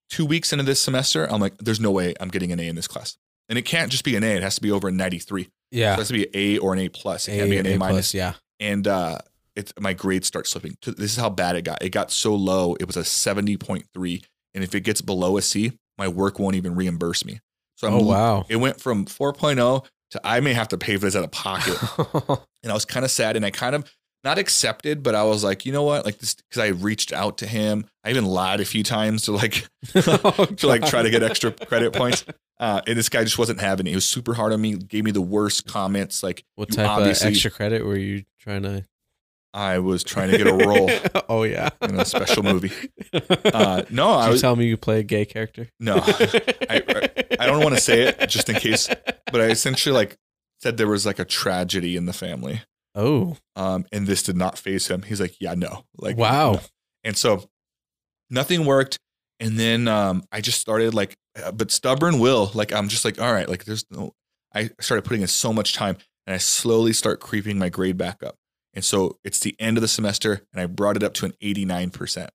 two weeks into this semester, I'm like, there's no way I'm getting an A in this class. And it can't just be an A. It has to be over a 93. So
Yeah.
it has to be an A or an A plus. It can't be an A minus
plus, yeah.
and uh it's my grades start slipping To- this is how bad it got it got so low it was a 70.3 and if it gets below a c my work won't even reimburse me so i'm
Oh wow.
it went from 4.0 to i may have to pay for this out of pocket and i was kind of sad and i kind of not accepted, but I was like, you know what? Like this, because I reached out to him. I even lied a few times to like
Oh,
to like try to get extra credit points. Uh, and this guy just wasn't having it. He was super hard on me. Gave me the worst comments. Like
What
you
type of
obviously-
extra credit were you trying to?
I was trying to get a role
oh yeah,
in a special movie.
Did
Uh, no, I
you
was
tell me you play a gay character?
no. I don't wanna say it, just in case. But I essentially like said there was like a tragedy in the family.
Oh
Um, and this did not phase him. He's like, yeah, no. Like
wow,
no. And so nothing worked. And then um, I just started like, uh, but stubborn will, like, I'm just like, all right, like, there's no, I started putting in so much time and I slowly start creeping my grade back up. And so it's the end of the semester and I brought it up to an 89%.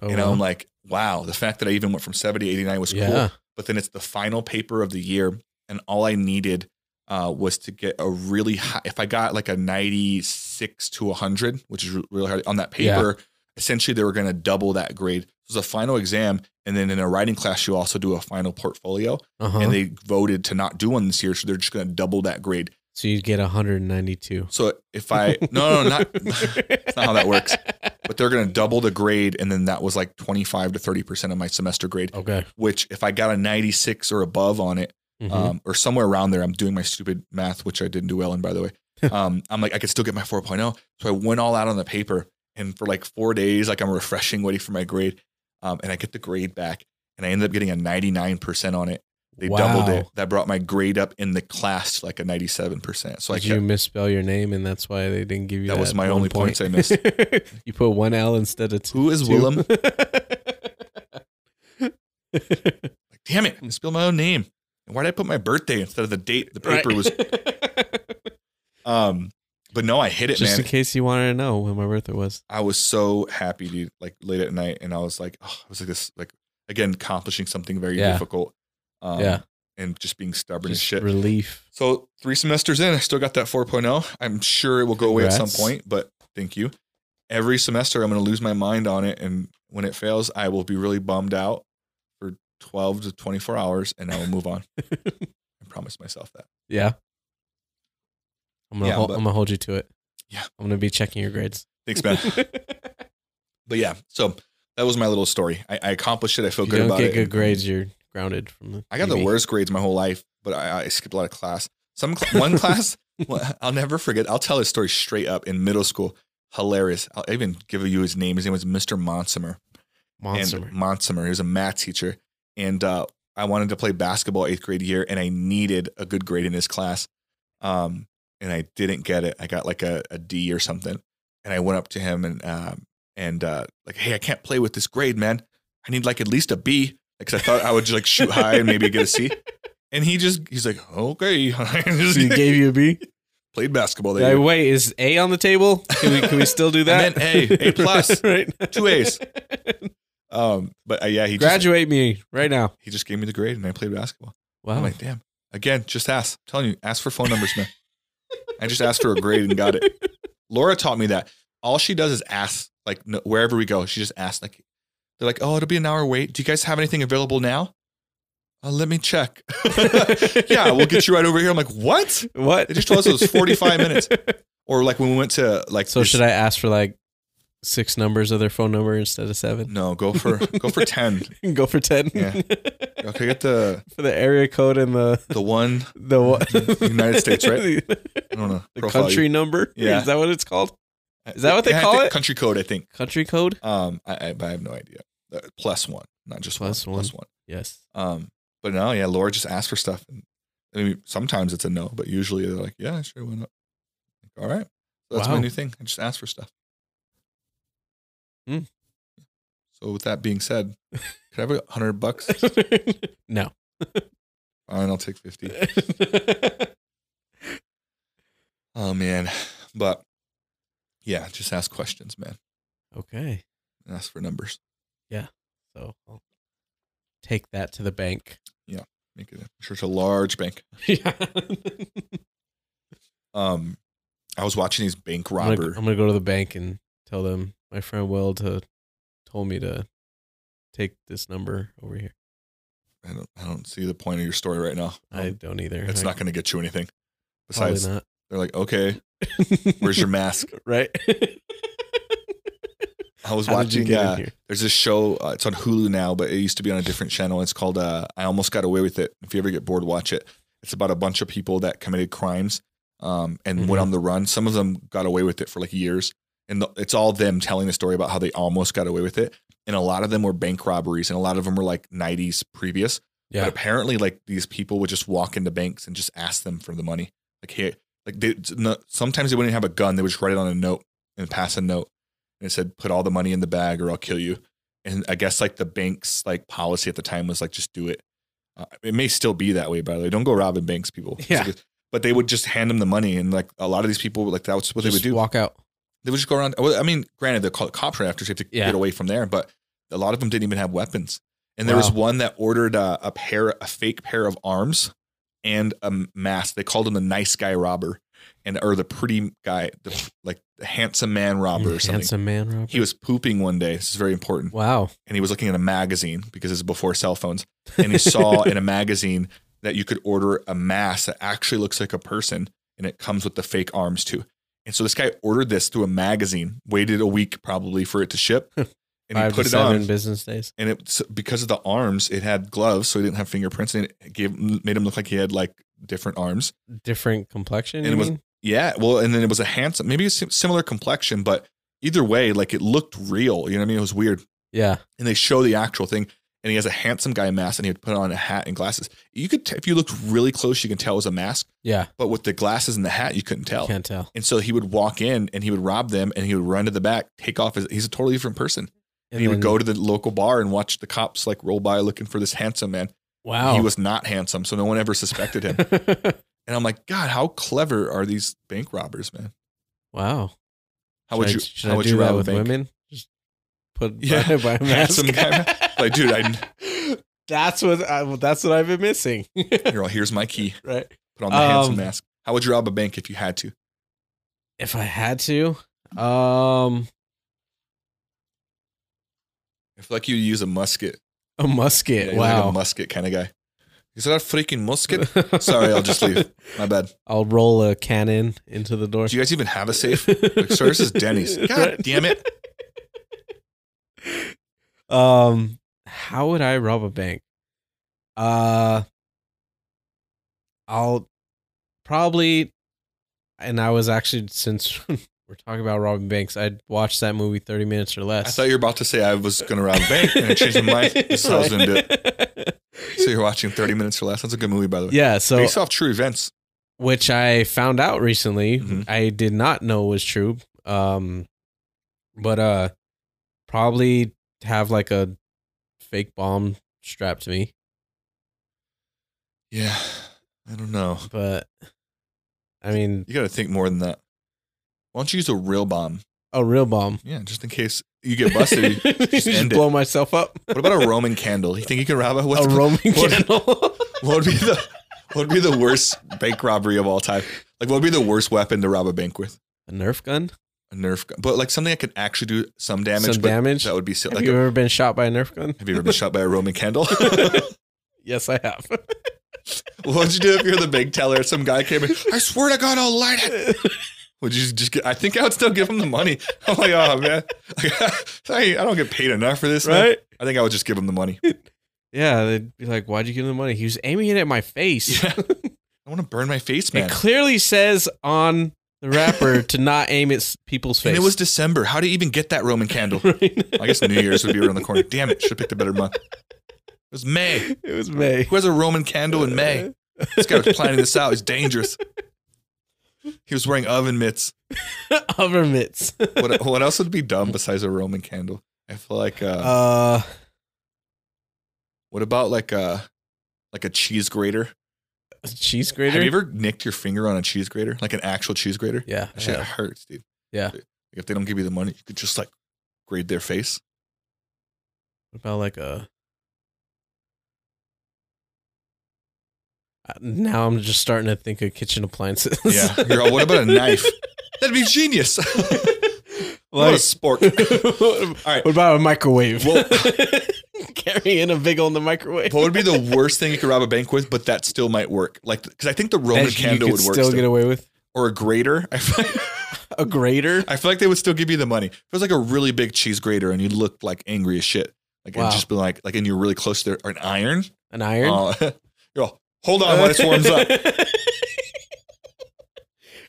oh,
you know, I'm like, wow, the fact that I even went from 70 to 89 was cool
yeah,
but then it's the final paper of the year and all i needed uh, was to get a really high if i got like a 96 to 100 which is re- really hard on that
Yeah.
paper essentially they were going to double that grade it was a final exam and then in a writing class you also do a final portfolio
uh-huh.
and they voted to not do one this year so they're just going to double that grade
so you'd get 192.
so if i no no not not how that works. but they're going to double the grade and then that was like 25 to 30% of my semester grade
Okay.
which if i got a 96 or above on it
Mhm.
um, or somewhere around there. I'm doing my stupid math, which I didn't do well in, by the way. Um, I'm like, I could still get my 4.0. So I went all out on the paper. And for like four days, like I'm refreshing, waiting for my grade. Um, and I get the grade back. And I ended up getting a 99% on it. They doubled it.
Wow.
That brought my grade up in the class to like a 97%. So I kept,
Did you misspell your name and that's why they didn't give you that?
That was my
one
only
point.
points I missed.
you put one L instead of two.
who is
two.
Willem? Like, Damn it. I spelled my own name. And why did I put my birthday instead of the date? The paper was, um, but no, I hit it,
Just
man.
in case you wanted to know when my birthday was.
I was so happy, dude. Like late at night, and I was like, oh, I was like this, like again, accomplishing something very
Yeah.
difficult. Um,
Yeah.
And just being stubborn
Just
as shit.
relief.
so three semesters in, I still got that 4.0. I'm sure it will go away at some
Congrats.
point, but thank you. Every semester, I'm going to lose my mind on it, and when it fails, I will be really bummed out for 12 to 24 hours, and I will move on. I promised myself that.
Yeah. I'm gonna
Yeah,
hold,
but-
I'm gonna hold you to it.
Yeah.
I'm gonna be checking your grades.
Thanks, man. but yeah, so that was my little story. I, I accomplished it. I feel
If you
good
don't
about
get
it.
good grades, you're grounded from the
I got the
TV.
worst grades my whole life, but I, I skipped a lot of class. Some cl- one class, well, I'll never forget. I'll tell his story straight up in middle school. Hilarious. I'll even give you his name. His name was Mr. Monsumer.
monster.
And Monsumer. He was a math teacher. And uh, I wanted to play basketball eighth grade year, and I needed a good grade in his class. Um, and I didn't get it. I got like a, a D or something. And I went up to him and um, and uh, like, hey, I can't play with this grade, man. I need like at least a B because I thought I would just like shoot high and maybe get a C. And he just he's like, okay,
So he gave you a B.
played basketball that
Like,
year.
wait, is A on the table? Can we, can we still do that?
And then A, A plus.
right?
Two A's. Um, but uh, yeah, he just,
Graduate me right now.
he just gave me the grade and I played basketball.
Wow.
I'm like, damn. Again, just ask. I'm telling you, ask for phone numbers, man. I just asked for a grade and got it. Laura taught me that. All she does is ask, like no, wherever we go, she just asks. Like they're like, oh, it'll be an hour wait. Do you guys have anything available now? Uh, let me check. yeah, we'll get you right over here. I'm like, what?
What?
They just told us it was 45 minutes. Or like when we went to like.
So should I ask for like six numbers of their phone number instead of seven?
No, go for go for ten.
Go for ten.
Yeah. Okay, get the
for the area code and the
the one.
the what?
United States, right?
The,
I don't know.
the
profile you-
country number.
Yeah.
Is that what it's called? is that what they call
I think
it?
Country code, I think.
Country code.
Um, I, I, but I have no idea. Uh, plus one, not just
Plus
one,
one.
plus one.
Yes.
Um, but no, yeah, Laura just asked for stuff. And, I mean, sometimes it's a no, but usually they're like, "Yeah, sure, why not?" Like, All right, so that's
Wow.
my new thing. I just ask for stuff.
Hmm.
So with that being said, could I have a hundred bucks?
no.
Fine, I'll take fifty. Oh man, but yeah, just ask questions, man,
okay.
and ask for numbers.
So I'll take that to the bank.
Make it. I'm sure it's a large bank.
yeah.
Um, I was watching these bank
I'm
robber.
gonna, I'm gonna go to the bank and tell them my friend Will to told me to take this number over here.
I don't, I don't see the point of your story right now.
I don't either.
it's
I,
not going to get you anything
probably
besides
not.
They're like, okay, where's your mask?
right?
I was
How did you
watching.
get in
Uh,
here?
there's this show. Uh, it's on Hulu now, but it used to be on a different channel. It's called uh, "I Almost Got Away with It." If you ever get bored, watch it. It's about a bunch of people that committed crimes um, and
Mm-hmm.
went on the run. Some of them got away with it for like years, and the, it's all them telling the story about how they almost got away with it. And a lot of them were bank robberies, and a lot of them were like '90s previous.
Yeah.
But apparently, like these people would just walk into banks and just ask them for the money. Like, hey, like they no, sometimes they wouldn't have a gun; they would just write it on a note and pass a note, and it said, "Put all the money in the bag, or I'll kill you." And I guess like the bank's like policy at the time was like, just do it. Uh, it may still be that way, by the way. Don't go robbing banks, people.
Yeah.
But they would just hand them the money, and like a lot of these people, like that's what
Just
they would do
walk out.
they would just go around. Well, I mean, granted, the co- cops right after, so you have to
Yeah.
get away from there. But a lot of them didn't even have weapons. And there was
Wow.
one that ordered uh, a, a pair, a fake pair of arms, and a m- mask. They called him the nice guy robber, and or the pretty guy, the like the handsome man robber or something.
Handsome man robber.
He was pooping one day. This is very important.
wow.
And he was looking at a magazine because this is before cell phones. And he saw in a magazine that you could order a mask that actually looks like a person and it comes with the fake arms too. And so this guy ordered this through a magazine, waited a week probably for it to ship, and he
Five
put
to
it
seven
on.
business days.
And it so because of the arms, it had gloves, so he didn't have fingerprints, and it gave made him look like he had like different arms.
Different complexion.
And
you
it was-
mean?
Yeah, well, and then it was a handsome, maybe a sim- similar complexion, but either way, like it looked real. You know what I mean? It was weird
yeah.
and they show the actual thing and he has a handsome guy mask and he would put on a hat and glasses you could t- if you looked really close you can tell it was a mask
Yeah.
but with the glasses and the hat you couldn't tell
Can't tell.
and so he would walk in and he would rob them and he would run to the back take off his he's a totally different person and, he
then-
would go to the local bar and watch the cops like roll by looking for this handsome man
Wow.
he was not handsome so no one ever suspected him and i'm like god how clever are these bank robbers man
wow.
how would
Should I-
you
should
how
I
would
do
you
that
rob a
with
bank
women? Just put
Yeah.
by, by a
Handsome
mask.
guy- like, dude,
I. That's what I, well, that's what I've been missing.
Here, well, here's my key
right.
put on the handsome
Um,
mask how would you rob a bank if you had to
If I had to, um,
if like you use a musket
a musket.
Yeah, he's like
wow.
a musket kind of guy. Is that a freaking musket? Sorry, I'll just leave. My bad.
I'll roll a cannon into the door.
Do you guys even have a safe? Like, sir, this is Denny's. God
Right.
damn it.
Um, how would I rob a bank? Uh, I'll probably, and I was actually since we're talking about robbing banks, I'd watch that movie thirty minutes or
I
less.
thought you were about to say I was going to rob a bank and I changed my mind. This is how I was going to do it.
it.
So you're watching 30 Minutes or Less. That's a good movie, by the way.
Yeah, so
Based off true events.
which I found out recently,
Mhm.
I did not know was true. Um, but uh, probably have like a fake bomb strapped to me,
Yeah. I don't know.
but I mean
You got to think more than that. Why don't you use a real bomb?
a real bomb.
Yeah, just in case you get busted. you-
just
end it.
blow myself up.
what about a Roman candle? You think you can rob a, what's,
a Roman
what-
candle.
what would be the what would be the worst bank robbery of all time? Like what would be the worst weapon to rob a bank with?
a Nerf gun.
a nerf gun, but like something that could actually do some damage.
Some
but
damage?
That would be silly.
Have
Like,
you
a-
ever been shot by a Nerf gun?
have you ever been shot by a Roman candle?
yes, I have.
What'd you do if you're the bank teller? Some guy came in. I swear to God, I'll light it. Would you just get? I think I would still give him the money. I'm like, oh man, I, I don't get paid enough for this, man."
right?
I think I would just give him the money.
Yeah, they'd be like, "Why'd you give him the money?" He was aiming it at my face.
Yeah. I want to burn my face,
It
man.
clearly says on the wrapper to not aim at s- people's face.
And it was December. How do you even get that Roman candle?
Right?
I guess New Year's would be around the corner. Damn it, should have picked a better month. It was May.
It was May.
Who has a Roman candle in May? This guy was planning this out. He's dangerous. He was wearing oven mitts.
Other mitts.
What, what else would be dumb besides a Roman candle? I feel like uh,
Uh,
what about like a like a cheese grater?
a cheese
Have
grater.
you ever nicked your finger on a cheese grater, like an actual cheese grater?
yeah.
That shit
yeah.
hurts, dude.
Yeah.
Like, if they don't give you the money, you could just like grade their face.
What about like a? Uh, Now I'm just starting to think of kitchen appliances.
Yeah. You're all, what about a knife? That'd be genius. what a
like,
spork. All right.
what about a microwave?
Well-
Carrying a big hole in the microwave.
What would be the worst thing you could rob a bank with? But that still might work. Like, because I think the Roman
That you
candle
could
would work.
still
still.
get away with.
or a grater, I feel,
A grater?
I feel like they would still give you the money. If it was like a really big cheese grater and you looked like angry as shit, like
Wow.
and just be like, like, and you're really close to or an iron.
An iron?
Oh, you're all, hold on while this warms up.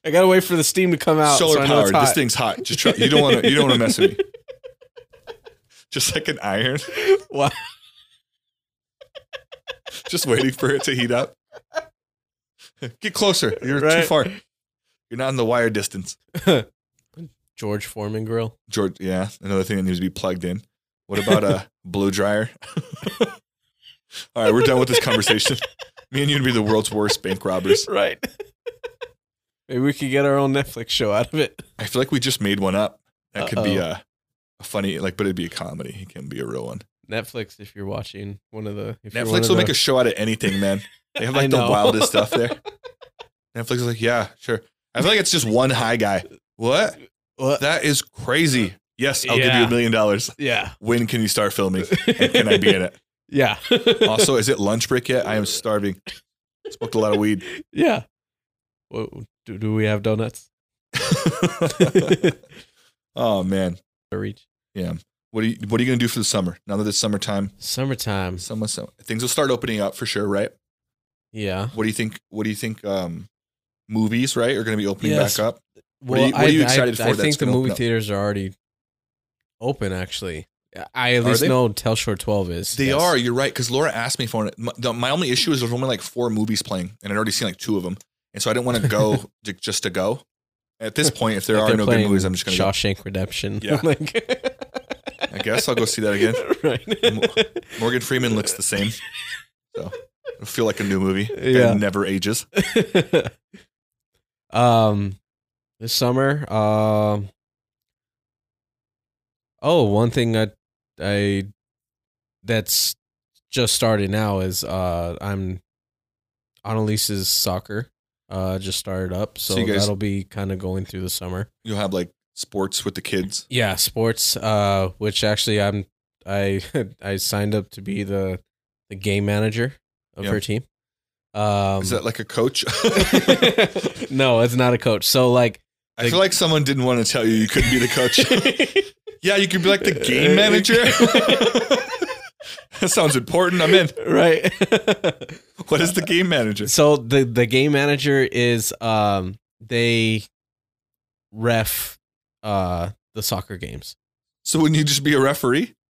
I gotta wait for the steam to come out.
Solar
so I know it's
powered. This
hot.
thing's hot. Just try. You don't want to. You don't want to mess with me. Just like an iron.
Wow.
Just waiting for it to heat up. Get closer. You're
Right.
too far. You're not in the wire distance.
George Foreman grill.
George, yeah, another thing that needs to be plugged in. What about a blow dryer? All right, we're done with this conversation. Me and you would be the world's worst bank robbers.
Right. Maybe we could get our own Netflix show out of it.
I feel like we just made one up. That could be
Uh-oh.
a, a funny, like, but it'd be a comedy. It can be a real one.
Netflix, if you're watching one of the if you're one
Netflix
of
will make
the-
a show out of anything, man. They have
I
like the
know.
wildest stuff there. Netflix is like, yeah, sure. I feel like it's just one high guy. What?
What?
That is crazy. Yes, I'll give you
Yeah.
a million dollars.
yeah.
When can you start filming? And can I be in it?
Yeah.
also, is it lunch break yet? I am starving. Smoked a lot of weed.
yeah. Whoa, do, do we have donuts?
oh man,
I reach.
what are you what are you gonna do for the summer? Now that it's summertime,
Summertime.
summer, summer things will start opening up for sure, right?
Yeah.
What do you think? What do you think? Um, movies, right, are gonna be opening
Yes.
back up.
Well,
are you- what
I,
are you excited
I,
for
I
that's
think the
gonna
movie
open up?
theaters are already open. Actually, I at
Are
least
they?
know Telshore Twelve is.
They
yes.
are. You're right. Because Laura asked me for it. My, the, my only issue is there's only like four movies playing, and I'd already seen like two of them, and so I didn't want to go j- just to go. At this point, if there
Like,
are
they're
no good
playing
movies, I'm just gonna.
Shawshank Redemption.
Yeah.
Like-
Go. I guess I'll go see that again.
right.
Morgan Freeman looks the same, so it'll feel like a new movie.
Yeah.
Yeah, never ages.
um, this summer. Um. Oh, one thing I, I, that's just starting now is uh I'm, Annalise's soccer, uh just started up, so,
So you guys-
that'll be kind of going through the summer.
You'll have like sports with the kids.
Yeah, sports. Uh, which actually I'm I I signed up to be the the game manager of
Yeah.
her team. Um,
Is that like a coach?
no, it's not a coach. So like
I feel like someone didn't want to tell you you couldn't be the coach. yeah, you could be like the game manager. that sounds important. I'm in.
right.
What is the game manager?
so the the game manager is um they ref uh the soccer games.
So wouldn't you just be a referee?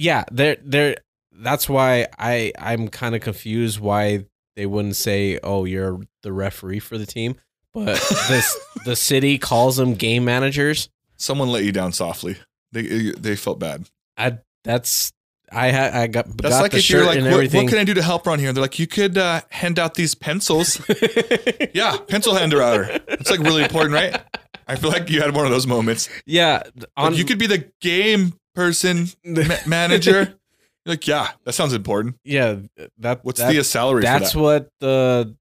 Yeah, they're they're that's why I I'm kind of confused why they wouldn't say, "Oh, you're the referee for the team." But this the city calls them game managers.
Someone let you down softly. They they felt bad.
I that's I ha- I got
That's
got
like
the
if you're
shirt
like,
and
what, what
everything.
can I do to help around here? They're like, you could uh, hand out these pencils. yeah, pencil hander outer. It's like really important, right? I feel like you had one of those moments.
yeah,
Like,
on
you could be the game person ma- manager. You're like, yeah, that sounds important.
yeah that
What's
that,
the salary?
that's
for
what the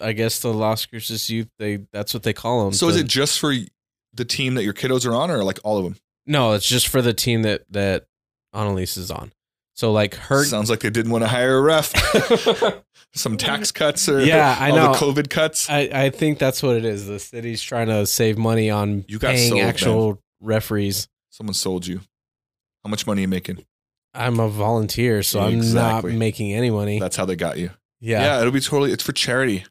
I guess the Las Cruces youth they that's what they call them.
that? So is it just for the team that your kiddos are on, or like all of them?
no? It's just for the team that that Annalise is on. So like her
Sounds like they didn't want to hire a ref. Some tax cuts, or
Yeah, I
all
know. Uh,
the COVID cuts.
I, I think that's what it is. The city's trying to save money on
You got
paying
sold, man.
actual referees.
Someone sold you. How much money are you making?
I'm a volunteer, so I'm
Exactly.
not making any money.
That's how they got you.
yeah.
Yeah. it'll be totally. It's for charity.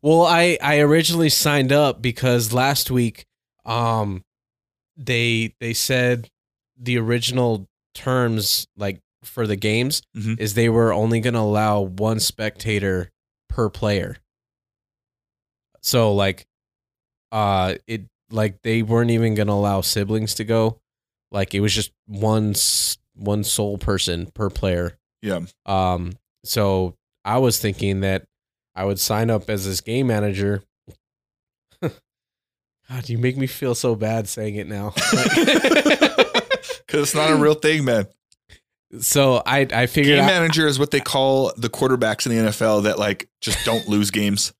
Well, I I originally signed up because last week, um, they they said the original terms like for the games
Mhm.
is they were only going to allow one spectator per player. So like, uh, it like they weren't even going to allow siblings to go. Like it was just one s- one sole person per player.
Yeah.
Um, so I was thinking that I would sign up as this game manager. God, you make me feel so bad saying it now.
Because it's not a real thing, man.
so I I figured
Game
out,
manager is what they call the quarterbacks in the NFL that like just don't lose games.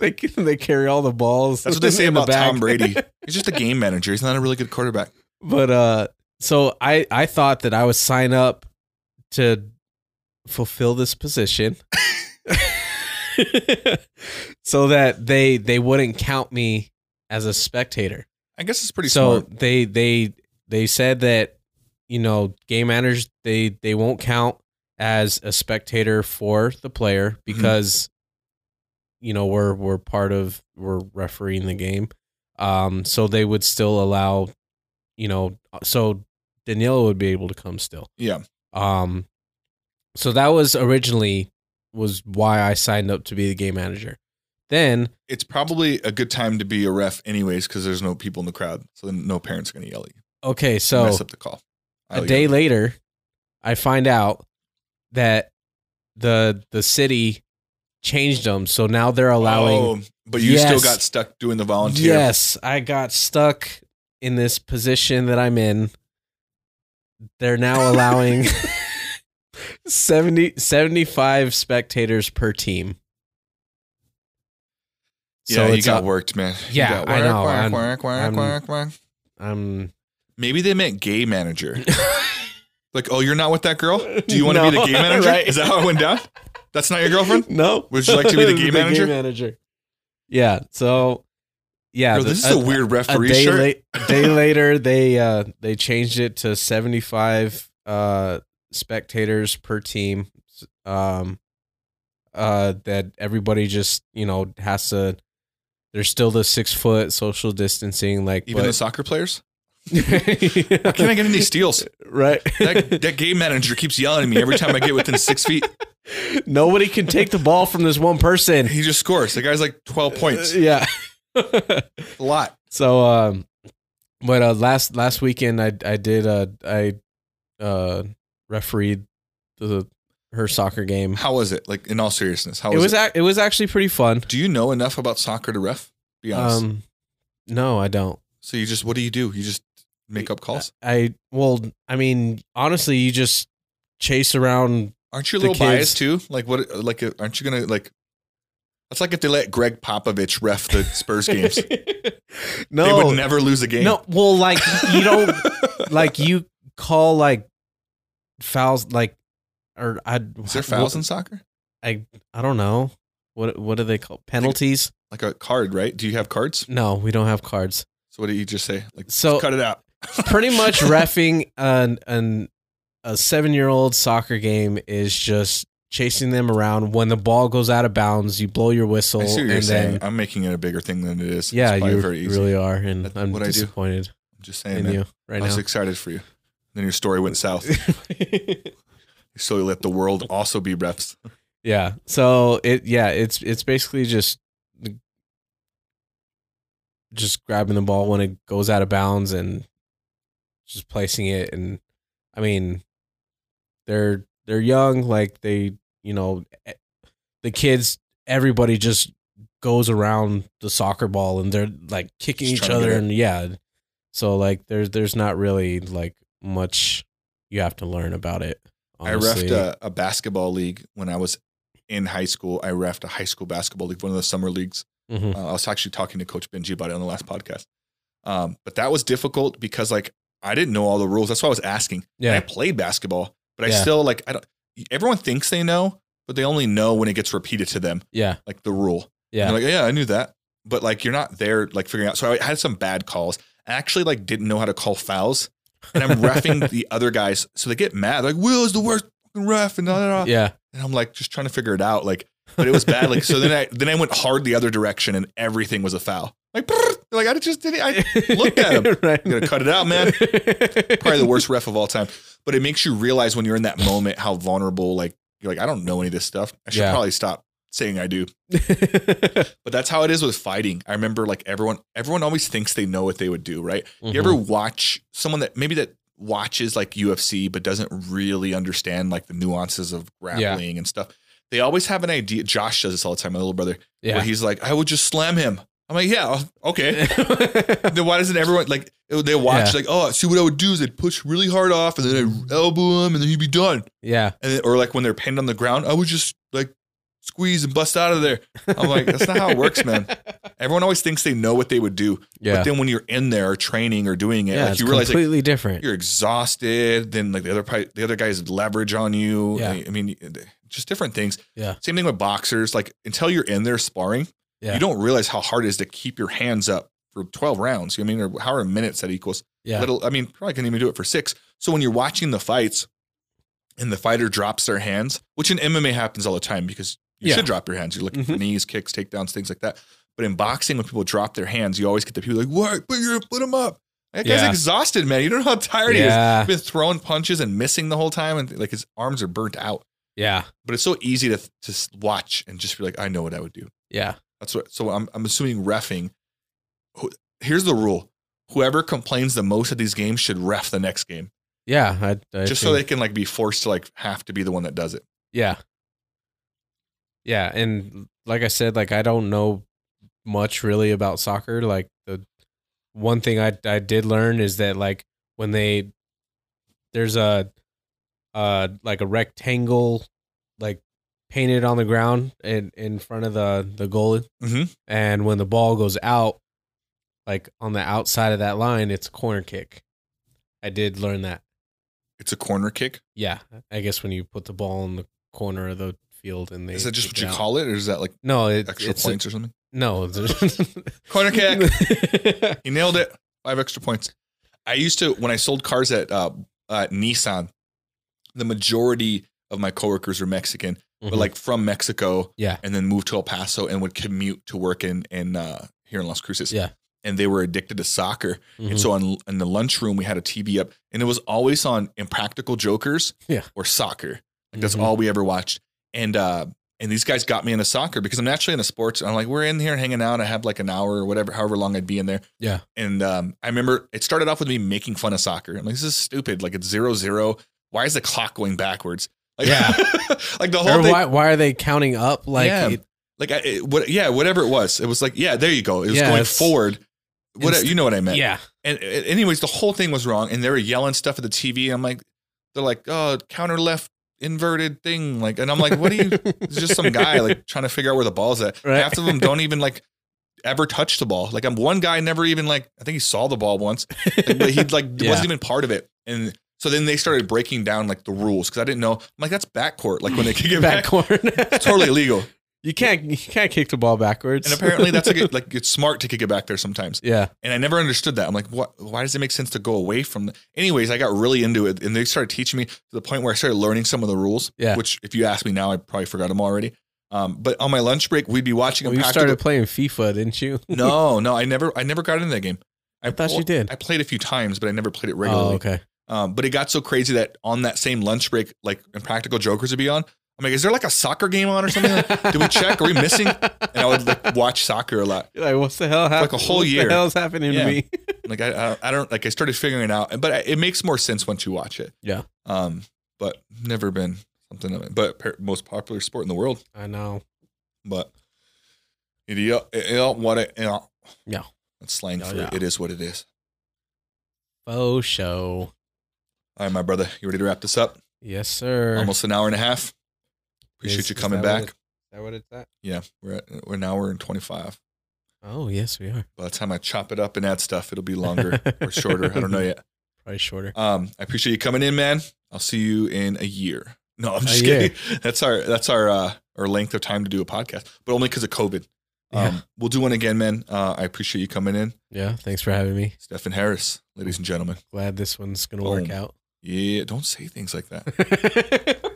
they they carry all the balls.
That's what they say
in the
about
back.
Tom Brady. He's just a game manager. He's not a really good quarterback.
But uh, so I I thought that I would sign up to fulfill this position. so that they they wouldn't count me as a spectator.
I guess it's pretty
so
smart.
they they they said that you know game managers they they won't count as a spectator for the
Mm-hmm.
player because you know we're we're part of we're refereeing the game. Um, so they would still allow, you know, so Danilo would be able to come still.
Yeah.
Um, so that was originally was why I signed up to be the game manager. Then
It's probably a good time to be a ref, anyways, because there's no people in the crowd, so then no parents are gonna yell at you.
okay, so
mess up the call.
a
Oh,
day
yeah.
later, I find out that the the city changed them, so now they're allowing.
Oh, but you still
Yes.
got stuck doing the volunteer.
Yes, I got stuck in this position that I'm in. They're now allowing 70, 75 spectators per team.
Yeah, you
it's
got
a-
worked, man. You
Yeah,
got
I know,
work,
I'm-
work, work,
I'm-
work, work.
I'm
Maybe they meant gay manager. like, oh, you're not with that girl? Do you want to be
No,
the gay manager?
right.
Is that how it went down? That's not your girlfriend?
no.
Would you like to be the game manager?
manager. Yeah. So, yeah.
Bro,
the- uh,
this is a, weird referee
day
shirt.
la- a day later, they uh, they changed it to seventy five uh, spectators per team. Um, uh, that everybody just you know has to. There's still the six foot social distancing, like
Even the
but,
soccer players? Can I get any steals?
right?
That, that game manager keeps yelling at me every time I get within six feet.
Nobody can take the ball from this one person.
He just scores. The guy's like 12 points.
Yeah.
A lot.
So um but uh last last weekend I I did uh I uh refereed the her soccer game.
How was it? Like, in all seriousness, how
It
was it?
was ac it was actually pretty fun.
Do you know enough about soccer to ref? Be honest.
Um no, I don't.
so you just, what do you do? You just make up calls?
I well, I mean, honestly, you just chase around
Aren't you a
the
little biased too?
kids-
Like what? Like uh, aren't you gonna like? That's like if they let Greg Popovich ref the Spurs games,
no.
they would never lose a game.
No, well like you don't like you call like fouls like or I
Is there fouls in soccer?
I don't know. What what do they call penalties?
Like a card, right? Do you have cards?
No, we don't have cards.
So what do you just say? Like
So
cut it out.
pretty much refing an an a seven year old soccer game is just chasing them around. When the ball goes out of bounds, you blow your whistle,
I see what
and
you're
then
saying. I'm making it a bigger thing than it is.
yeah,
it's probably
you
very easy.
really are. And
That's
I'm
what I do.
disappointed
I'm just saying.
in
man.
you right
I was
now.
excited for you. Then your story went south. so you let the world also be refs.
yeah. So it yeah it's it's basically just the- just grabbing the ball when it goes out of bounds and just placing it and I mean they're they're young like they you know e- the kids everybody just goes around the soccer ball and they're like kicking
Just
each
trying to
other
get it.
and yeah so like there's there's not really like much you have to learn about it honestly.
I refed a, a basketball league when I was in high school. I refed a high school basketball league, one of the summer leagues.
Mhm.
Uh, I was actually talking to Coach Benji about it on the last podcast. Um, but that was difficult because like I didn't know all the rules. That's why I was asking. And I
yeah
played basketball, but I
Yeah.
still like I don't. Everyone thinks they know, but they only know when it gets repeated to them,
yeah
like the rule.
yeah
And they're like, yeah, I knew that, but like you're not there, like figuring out. So I had some bad calls. I actually like didn't know how to call fouls, and I'm refing the other guys, so they get mad. Like Will is the worst fucking ref, and da, da, da.
Yeah.
and I'm like just trying to figure it out. Like, but it was bad. Like, so then I then I went hard the other direction, and everything was a foul. Like, brrr, like I just did it. I Look at him.
right.
I'm gonna cut it out, man. Probably the worst ref of all time. But it makes you realize when you're in that moment how vulnerable. Like, you're like, I don't know any of this stuff. I should
Yeah.
probably stop saying I do.
worst.
But that's how it is with fighting. I remember like everyone everyone always thinks they know what they would do, right? You ever
Mm-hmm.
watch someone that maybe that watches like UFC but doesn't really understand like the nuances of grappling and stuff? They always have an idea. Josh does this all the time, my little brother, where
yeah.
he's like, I would just slam him. I'm like, yeah, okay. then why doesn't everyone like they watch
Yeah.
like, oh, see what I would do is I'd push really hard off
Mm-hmm.
and then I'd elbow him and then he'd be done.
yeah.
And then, or like when they're pinned on the ground, I would just like squeeze and bust out of there. I'm like, that's not how it works, man. Everyone always thinks they know what they would do.
Yeah.
But then when you're in there training or doing it,
yeah,
like
it's
you realize like,
completely different.
you're exhausted. Then like the other pri- the other guys leverage on you.
Yeah.
I mean, just different things.
Yeah.
Same thing with boxers. Like until you're in there sparring,
Yeah.
you don't realize how hard it is to keep your hands up for 12 rounds. You know what I mean, or however many minutes that equals.
Yeah.
Little, I mean, probably couldn't even do it for six. So when you're watching the fights, and the fighter drops their hands, which in MMA happens all the time because you
Yeah. Mm-hmm.
should drop your hands. You're looking for knees, kicks, takedowns, things like that. But in boxing, when people drop their hands, you always get the people like, "What? Put your put him up." That guy's
Yeah.
exhausted, man. You don't know how tired he is.
yeah.
He's been throwing punches and missing the whole time, and like his arms are burnt out.
Yeah.
But it's so easy to to s- watch and just be like, "I know what I would do."
Yeah.
That's what. So I'm I'm assuming refing. who- Here's the rule: whoever complains the most at these games should ref the next game,
Yeah. I, I
just so
think-
they can like be forced to like have to be the one that does it.
Yeah. Yeah, and like I said, like I don't know much really about soccer. Like the one thing I I did learn is that like when they there's a uh like a rectangle like painted on the ground in in front of the the goal
Mhm.
and when the ball goes out like on the outside of that line it's a corner kick i did learn that
It's a corner kick.
yeah, I guess when you put the ball in the corner of the field and they
Is that just
kick
what you
it out.
call it, or is that like
No, it,
extra
it's
points or something?
no
Corner kick.
kick.
He nailed it. Five extra points. I used to when I sold cars at uh, uh, Nissan. The majority of my coworkers were Mexican, but like from Mexico,
Mm-hmm. Yeah.
and then moved to El Paso and would commute to work in in uh, here in Las Cruces,
Yeah.
And they were addicted to soccer,
Mm-hmm,
and so on in the lunchroom we had a TV up, and it was always on Impractical Jokers,
Yeah.
or soccer. Like that's
Mhm.
all we ever watched, and uh, and these guys got me into soccer because I'm naturally into sports. I'm like, we're in here hanging out. I have like an hour or whatever, however long I'd be in there.
Yeah.
And um, I remember it started off with me making fun of soccer. I'm like, this is stupid. Like it's zero zero. Why is the clock going backwards? Like,
Yeah.
like the whole
or
thing.
why why are they counting up like
Yeah.
it-
Like I, it, what? Yeah, whatever it was. It was like, yeah, there you go. It was
Yeah,
going
it's-
forward. What,
Inst-
you know what I meant?
yeah
And uh, anyways, the whole thing was wrong, and they were yelling stuff at the TV. I'm like, they're like, oh, counter left inverted thing, like, and I'm like, what are you? it's just some guy like trying to figure out where the ball's at.
Right.
Half of them don't even like ever touch the ball. Like, I'm one guy never even like I think he saw the ball once, like, but he like
Yeah.
wasn't even part of it, and. So then they started breaking down like the rules because I didn't know. I'm like, that's backcourt. Like when they kick it back,
back corner
it's totally illegal.
you can't you can't kick the ball backwards
And apparently that's like, like it's smart to kick it back there sometimes.
yeah
And I never understood that. I'm like, what? Why does it make sense to go away from? The-? Anyways, I got really into it, and they started teaching me to the point where I started learning some of the rules.
Yeah.
Which, if you ask me now, I probably forgot them already. Um, but on my lunch break, we'd be watching.
well,
a
Oh, you
practical-
started playing FIFA didn't you
no, no, I never, I never got into that game.
I thought you did
I played a few times, but I never played it regularly.
oh okay
Um, but it got so crazy that on that same lunch break, like Impractical Jokers would be on. I'm like, is there like a soccer game on or something? Like, Did we check? Are we missing? and I would like watch soccer a lot.
You're like what's the hell happening
a whole year.
the hell's happening
Yeah.
to me
like I, I I don't like I started figuring it out, but I, it makes more sense once you watch it.
Yeah.
Um, but never been something of it. But par- most popular sport in the world.
I know
But it, it, it what it yeah.
Yeah.
That's slang
Yeah,
for
yeah.
it is what it is.
faux show
All right, my brother, you ready to wrap this up?
yes sir
Almost an hour and a half. Appreciate
Is-
you
is
coming
that what
back.
it- that what it's at?
Yeah, we're at, we're an hour and twenty five.
Oh, yes, we are.
By the time I chop it up and add stuff, it'll be longer or shorter. I don't know yet.
Probably shorter.
Um, I appreciate you coming in, man. I'll see you in a year. No, I'm
A
just
year.
kidding. That's our that's our uh, our length of time to do a podcast, but only because of COVID. Um,
Yeah.
We'll do one again, man. Uh, I appreciate you coming in,
Yeah, thanks for having me.
Stephen Harris, ladies and gentlemen.
Glad this one's going to
Boom.
work out.
Yeah, don't say things like that.